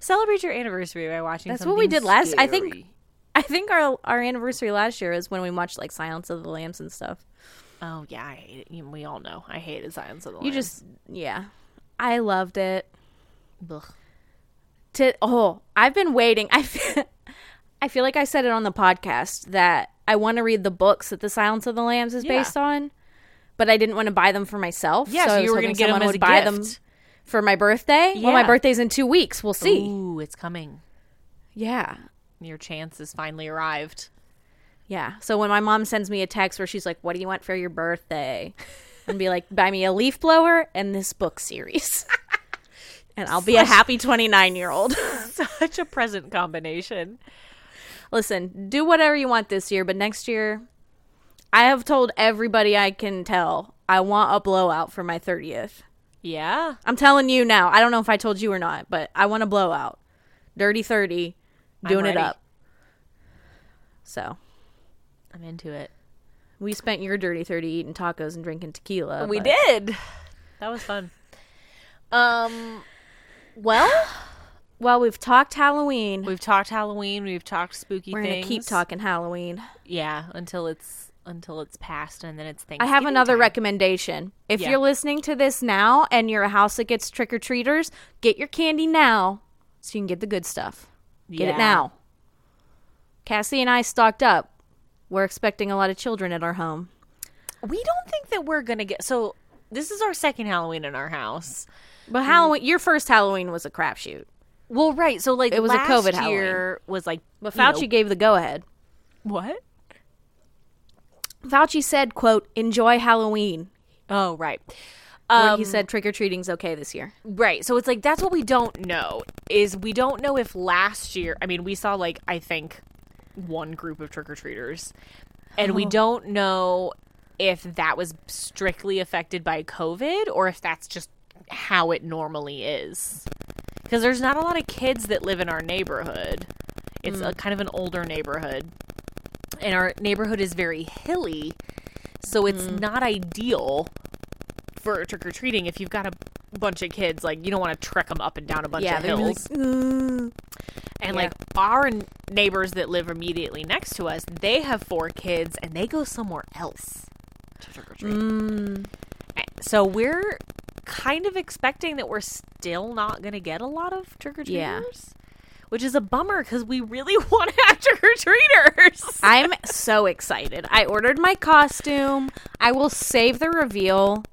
A: Celebrate your anniversary by watching
B: That's what we did last- I think-
A: scary.
B: I think our our anniversary last year is when we watched like Silence of the Lambs and stuff.
A: Oh yeah, I hate it. You- We all know. I hated Silence of the
B: You
A: Lambs.
B: just yeah. I loved it.
A: Ugh.
B: To oh, I've been waiting. I feel, I feel like I said it on the podcast that I want to read the books that The Silence of the Lambs is
A: Yeah.
B: based on, but I didn't want to buy them for myself.
A: Yeah, so
B: I
A: you
B: was
A: were
B: hoping
A: gonna get 'em
B: someone
A: as
B: would
A: a
B: buy
A: gift.
B: them for my birthday. Well, my
A: Yeah.
B: birthday's in 2 weeks. We'll see.
A: Ooh, it's coming.
B: Yeah.
A: Your chance has finally arrived.
B: Yeah. So when my mom sends me a text where she's like, "What do you want for your birthday?" and be like, "Buy me a leaf blower and this book series." and I'll be a happy 29-year-old.
A: Such a present combination.
B: Listen, do whatever you want this year, but next year I have told everybody I can tell I want a blowout for my 30th.
A: Yeah.
B: I'm telling you now. I don't know if I told you or not, but I want a blowout. Dirty 30, doing it
A: ready.
B: up. So,
A: I'm into it.
B: we spent your dirty 30 eating tacos and drinking tequila.
C: We
B: but-
C: did.
A: That was fun. Um well,
B: Well, we've talked Halloween.
A: we've talked Halloween, we've talked spooky
B: We're going
A: things.
B: to keep talking Halloween.
A: Yeah, until it's until it's past and then it's
B: I
A: Thanksgiving.
B: have another
A: time.
B: recommendation. If
A: Yeah.
B: you're listening to this now and you're a house that gets trick or treaters, get your candy now so you can get the good stuff. Get
A: Yeah.
B: it now. Cassie and I stocked up. We're expecting a lot of children at our home.
A: We don't think that we're gonna get so this is our second Halloween in our house. Mm.
B: But Halloween, your first Halloween was a crapshoot.
A: Well, right. So like
B: It was a
A: last
B: COVID
A: year was like
B: But
A: you know-
B: Fauci gave the go ahead.
A: what?
B: Fauci said, "quote Enjoy Halloween."
A: Oh, right.
B: where
A: Um,
B: he said trick or treating's okay this year.
A: Right. So it's like that's what we don't know is we don't know if last year, I mean, we saw like I think one group of trick or treaters and we don't know if that was strictly affected by COVID or if that's just how it normally is. Cuz there's not a lot of kids that live in our neighborhood. It's a kind of an older neighborhood. And our neighborhood is very hilly, so it's not ideal for trick or treating if you've got a bunch of kids like you don't want to trek them up and down a bunch of
B: they're
A: hills
B: like, "Ooh."
A: and
B: yeah.
A: like our n- neighbors that live immediately next to us they have four kids and they go somewhere else to trick or treat A- so we're kind of expecting that we're still not going to get a lot of trick or treaters
B: Yeah.
A: which is a bummer because we really want to have trick or treaters
B: I'm so excited. I ordered my costume. I will save the reveal.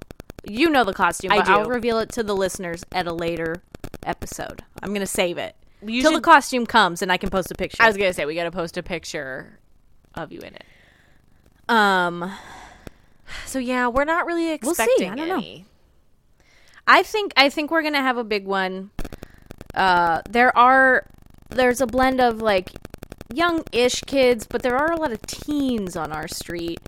B: You know the costume,
A: I
B: but I'll
A: do.
B: reveal it to the listeners at a later episode. I'm gonna save it
A: You
B: till the
A: should-
B: costume comes and I can post a picture.
A: i was going to say we got to post a picture of you in it
B: um,
A: so yeah we're not really
B: We'll see. I
A: expecting
B: don't know.
A: any.
B: I think I think we're gonna have a big one. Uh, there are there's a blend of like young-ish kids, but there are a lot of teens on our street.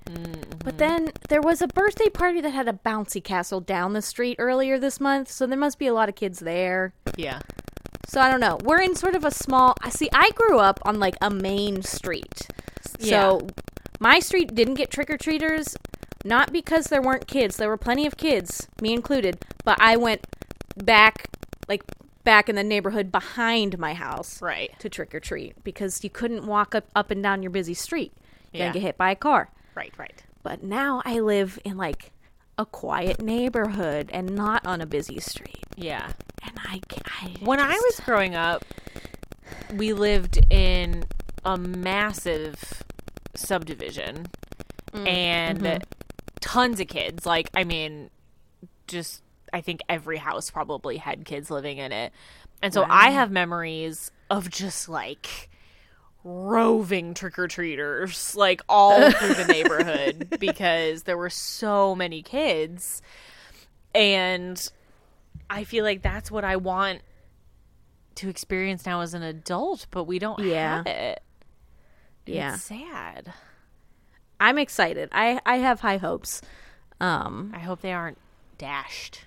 B: But then there was a birthday party that had a bouncy castle down the street earlier this month, so there must be a lot of kids there.
A: yeah
B: So I don't know. We're in sort of a small. I see. I grew up on like a main street,
A: Yeah.
B: so my street didn't get trick or treaters. Not because there weren't kids. There were plenty of kids, me included. But I went back, like back in the neighborhood behind my house,
A: right
B: to trick or treat because you couldn't walk up up and down your busy street. You're
A: Yeah.
B: gonna get hit by a car.
A: right right
B: But now I live in like a quiet neighborhood and not on a busy street.
A: yeah
B: And I, ca- I
A: When I
B: just-
A: was growing up, we lived in a massive subdivision and tons of kids. Like, I mean, just I think every house probably had kids living in it. And so I have memories of just like roving trick or treaters like all through the neighborhood because there were so many kids. And I feel like that's what I want to experience now as an adult, but we don't
B: Yeah.
A: have it.
B: yeah.
A: It's sad.
B: I'm excited. I I have high hopes. Um
A: I hope they aren't dashed.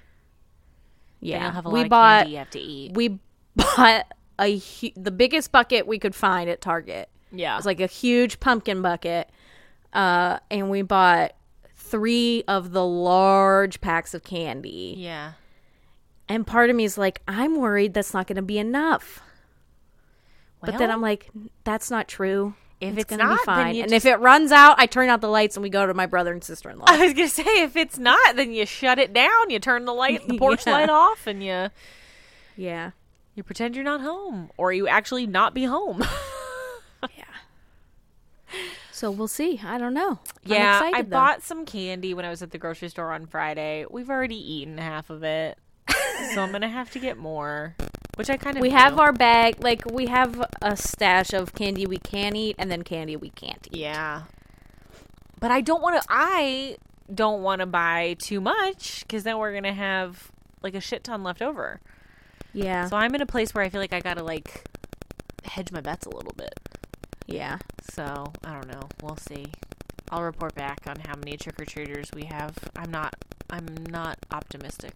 A: They
B: yeah.
A: don't have a
B: we
A: lot
B: bought
A: of candy you have to eat.
B: we bought a hu- the biggest bucket we could find at Target.
A: Yeah.
B: It was like a huge pumpkin bucket. Uh and we bought 3 of the large packs of candy.
A: yeah.
B: And part of me is like I'm worried that's not going to be enough. But then
A: Well,
B: I'm like that's not true.
A: if it's,
B: gonna
A: not,
B: be
A: then
B: fine.
A: you
B: And if it runs out, I turn out the lights and we go to my brother and sister-in-law.
A: I was gonna say, if it's not, then you shut it down. You turn the light, the porch
B: Yeah.
A: light off, and you
B: yeah.
A: you pretend you're not home, or you actually not be home.
B: So we'll see. I don't know. I'm
A: yeah,
B: excited,
A: I
B: though.
A: bought some candy when I was at the grocery store on Friday. We've already eaten half of it, so I'm gonna have to get more. Which I kind of
B: We have our bag, like we have a stash of candy we can eat and then candy we can't eat.
A: yeah, but I don't want to. I don't want to buy too much because then we're gonna have like a shit ton left over.
B: Yeah.
A: So I'm in a place where I feel like I gotta like hedge my bets a little bit.
B: yeah.
A: So I don't know. We'll see. I'll report back on how many trick or treaters we have. I'm not. I'm not optimistic.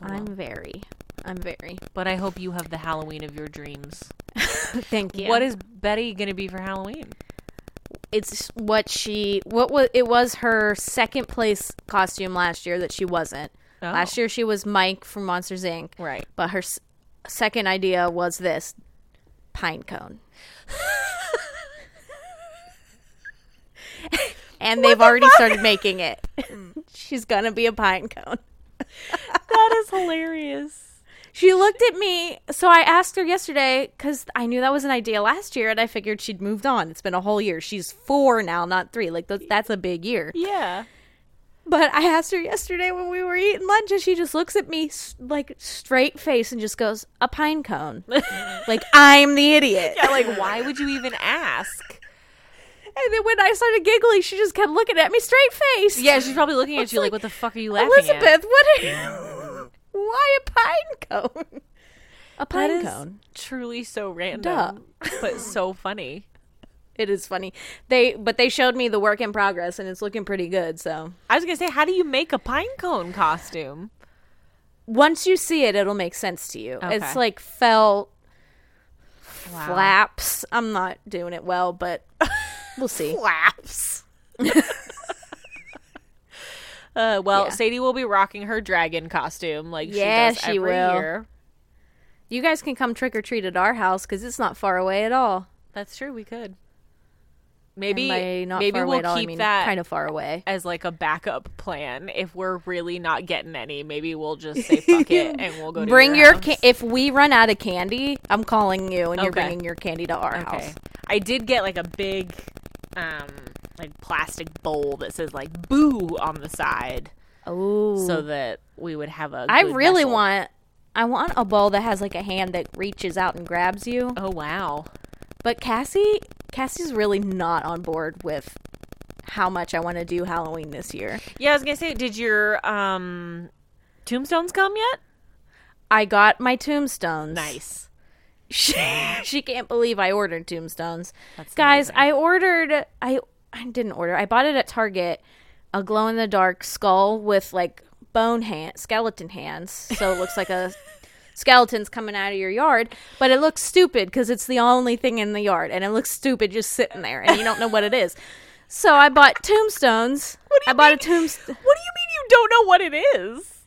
A: Oh, well.
B: I'm very. I'm very.
A: But I hope you have the Halloween of your dreams.
B: Thank you.
A: What is Betty gonna be for Halloween?
B: it's what she what was it was her second place costume last year that she wasn't.
A: Oh.
B: Last year she was Mike from Monsters Inc.
A: Right.
B: But her s- second idea was this pine cone. and they've already started making it. She's going to be a pine cone.
A: That is hilarious.
B: She looked at me. So I asked her yesterday because I knew that was an idea last year, and I figured she'd moved on. It's been a whole year. She's four now, not three. Like that's, that's a big year.
A: Yeah.
B: But I asked her yesterday when we were eating lunch, and she just looks at me s- like straight face and just goes, "A pine cone." like I'm the idiot.
A: like, why would you even ask?
B: And then when I started giggling, she just kept looking at me straight face.
A: Yeah, she's probably looking at you like, "What the fuck are you laughing at?"
B: Elizabeth, what? Are you- Why a pine cone? A
A: That
B: pine
A: is
B: cone.
A: truly so random, but so funny.
B: It is funny. They but they showed me the work in progress and it's looking pretty good. So
A: I was gonna say, how do you make a pine cone costume?
B: once you see it, it'll make sense to you.
A: Okay.
B: It's like felt
A: Wow.
B: flaps. I'm not doing it well, but we'll see.
A: flaps. uh, well,
B: Yeah.
A: Sadie will be rocking her dragon costume like
B: Yeah,
A: she does
B: she
A: every
B: will.
A: year.
B: You guys can come trick or treat at our house because it's not far away at all.
A: That's true. We could. Maybe
B: and by not
A: maybe
B: far away
A: we'll
B: at all,
A: keep
B: I mean,
A: that
B: kind of far away.
A: as like a backup plan if we're really not getting any. Maybe we'll just say fuck it and we'll go. To
B: Bring
A: your,
B: your
A: house.
B: ca- if we run out of candy, I'm calling you and you're
A: Okay.
B: bringing your candy to our
A: Okay.
B: house.
A: I did get like a big um like plastic bowl that says like boo on the side
B: Oh,
A: so that we would have a
B: I
A: good
B: really
A: vessel.
B: want. I want a bowl that has like a hand that reaches out and grabs you.
A: Oh wow.
B: But Cassie, Cassie's really not on board with how much I want to do Halloween this year.
A: Yeah, I was gonna say, did your um tombstones come yet?
B: I got my tombstones.
A: Nice.
B: She, she can't believe I ordered tombstones.
A: That's
B: Guys, I ordered I I didn't order. I bought it at Target a glow in the dark skull with like bone hand skeleton hands. So it looks like a skeleton's coming out of your yard, but it looks stupid cuz it's the only thing in the yard and it looks stupid just sitting there and you don't know what it is. So I bought tombstones.
A: What do you
B: I bought
A: mean?
B: a tombstone.
A: What do you mean you don't know what it is?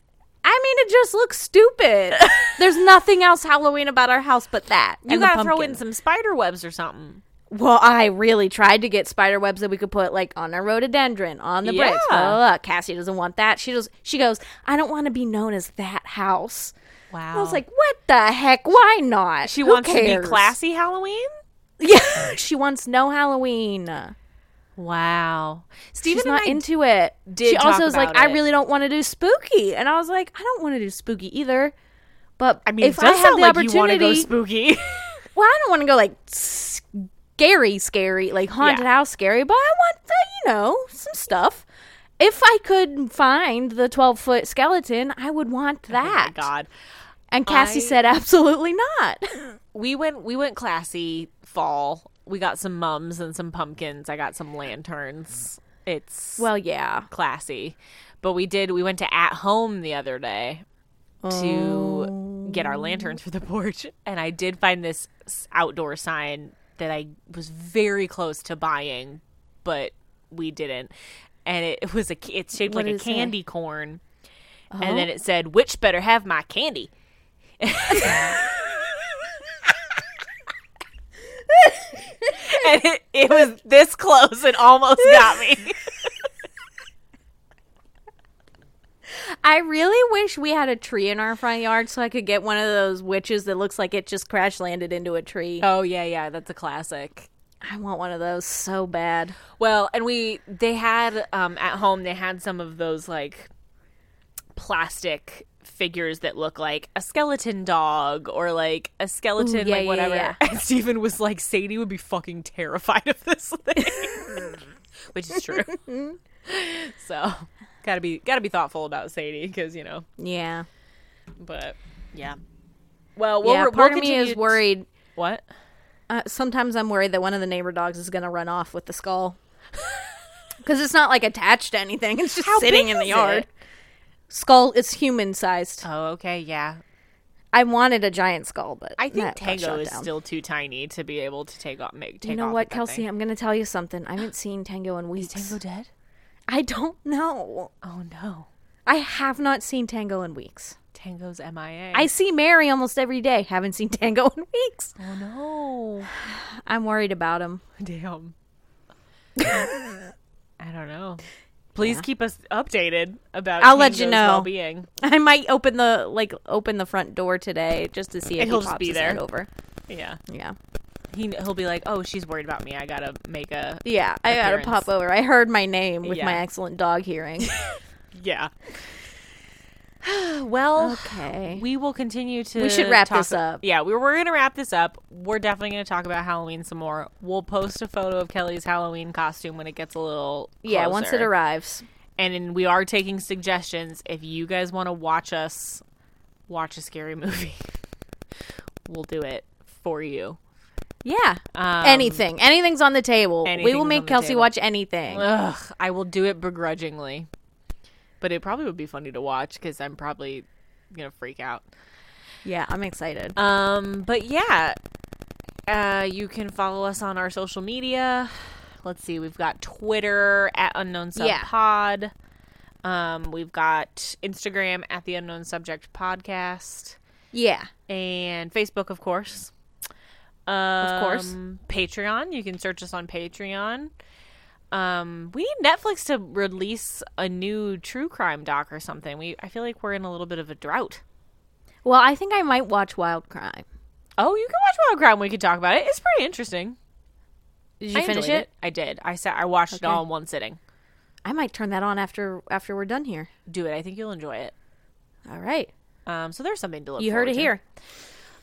B: I mean, it just looks stupid. There's nothing else Halloween about our house but that.
A: You gotta throw in some spider webs or something.
B: Well, I really tried to get spider webs that we could put like on our rhododendron, on the bricks.
A: Yeah.
B: Blah, blah, blah. Cassie doesn't want that. She does. She goes, I don't want to be known as that house.
A: Wow.
B: I was like, what the heck? Why not?
A: Oh. she
B: Who
A: wants to
B: cares?"
A: be classy Halloween?
B: Yeah, she wants no Halloween.
A: Wow. Steven
B: She's
A: and
B: not
A: I
B: into it.
A: did
B: she
A: talk
B: also was like,
A: about
B: I
A: it.
B: really don't want to do spooky, and I was like, I don't want to do spooky either. But
A: I mean,
B: if
A: it does
B: I have
A: sound
B: the
A: like you want to
B: opportunity,
A: go spooky.
B: Well, I don't want to go like scary, scary, like haunted
A: Yeah.
B: house scary, but I want, uh, you know, some stuff. If I could find the 12 foot skeleton, I would want that.
A: Oh my god.
B: And Cassie
A: I-
B: said, absolutely not.
A: We went we went classy fall. We got some mums and some pumpkins. I got some lanterns. It's
B: well, yeah.
A: classy. But we did we went to at home the other day to get our lanterns for the porch and I did find this s- outdoor sign that I was very close to buying but we didn't and it, it was a ca- it's shaped
B: What
A: like
B: did
A: a
B: it say? Uh-huh.
A: candy corn and then it said which better have my candy and it, it was this close and almost got me
B: I really wish we had a tree in our front yard so I could get one of those witches that looks like it just crash landed into a tree.
A: oh yeah yeah that's a classic
B: I want one of those so bad.
A: Well, and we they had um at home they had some of those like plastic figures that look like a skeleton dog or like a skeleton
B: Ooh, yeah,
A: like
B: yeah,
A: whatever.
B: yeah.
A: And Steven was like Sadie would be fucking terrified of this thing. Which is true. so, got to be got to be thoughtful about Sadie cuz you know,
B: Yeah.
A: but yeah. Well, we'll,
B: yeah,
A: we'll
B: part of me
A: continue
B: is
A: to-
B: worried
A: What?
B: Uh, sometimes I'm worried that one of the neighbor dogs is going to run off with the skull. because it's not like attached to anything. It's just
A: How
B: sitting
A: big
B: in the
A: is
B: yard.
A: it?
B: Skull is human sized.
A: Oh, okay, yeah.
B: I wanted a giant skull, but
A: I think
B: that got
A: Tango
B: shot
A: is
B: down.
A: still too tiny to be able to take off. Make take
B: You know
A: off
B: what,
A: with that
B: Kelsey?
A: thing.
B: I'm going to tell you something. I haven't seen Tango in weeks.
A: dead?
B: I don't know.
A: Oh no,
B: I have not seen Tango in weeks.
A: Tango's MIA.
B: I see Mary almost every day. Haven't seen Tango in weeks.
A: oh no,
B: I'm worried about him.
A: damn. I don't know. Please keep us updated about.
B: I'll let you
A: Tango's
B: know.
A: Well-being.
B: I might open the like open the front door today just to see if
A: He'll
B: he
A: just
B: pops
A: be
B: his
A: there.
B: head over.
A: Yeah,
B: Yeah,
A: he he'll be like, oh, she's worried about me. I gotta make a
B: yeah. I gotta
A: Appearance.
B: pop over. I heard my name with my
A: Yeah.
B: excellent dog hearing.
A: yeah.
B: Oh.
A: well,
B: Okay.
A: we will continue to
B: We should wrap
A: talk-
B: this up.
A: yeah we we're gonna wrap this up we're definitely gonna talk about halloween some more we'll post a photo of kelly's halloween costume when it gets a little
B: yeah, once it
A: closer.
B: arrives.
A: and then we are taking suggestions if you guys want to watch us watch a scary movie we'll do it for you
B: Yeah.
A: um,
B: anything. Anything's on the table. We
A: anything's
B: will
A: on
B: make
A: the
B: Kelsey
A: table. Uh,
B: watch anything.
A: ugh, i will do it begrudgingly but it probably would be funny to watch because i'm probably gonna freak out
B: Yeah, I'm excited.
A: Um, but yeah, uh, you can follow us on our social media. Let's see, we've got Twitter at Unknown Sub
B: Yeah.
A: Pod. Um, we've got Instagram at the Unknown Subject Podcast
B: yeah.
A: and Facebook, of course. Um,
B: course.
A: Patreon. You can search us on Patreon. Um, we need Netflix to release a new true crime doc or something. We I feel like we're in a little bit of a drought.
B: Well, I think I might watch Wild Crime.
A: Oh, you can watch Wild Crime. We can talk about it. It's pretty interesting.
B: Did you
A: I
B: finish it?
A: enjoyed I did. I sat. I watched it all in one sitting.
B: I might turn that on after after we're done here.
A: Do it. I think you'll enjoy it.
B: All right.
A: Um, so there's something to look.
B: You heard
A: forward
B: it
A: to.
B: here.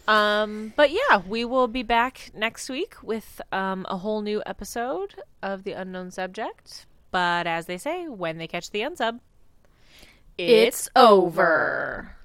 A: Um, but yeah, we will be back next week with um, a whole new episode of the unknown subject. But as they say, when they catch the unsub,
B: It's over.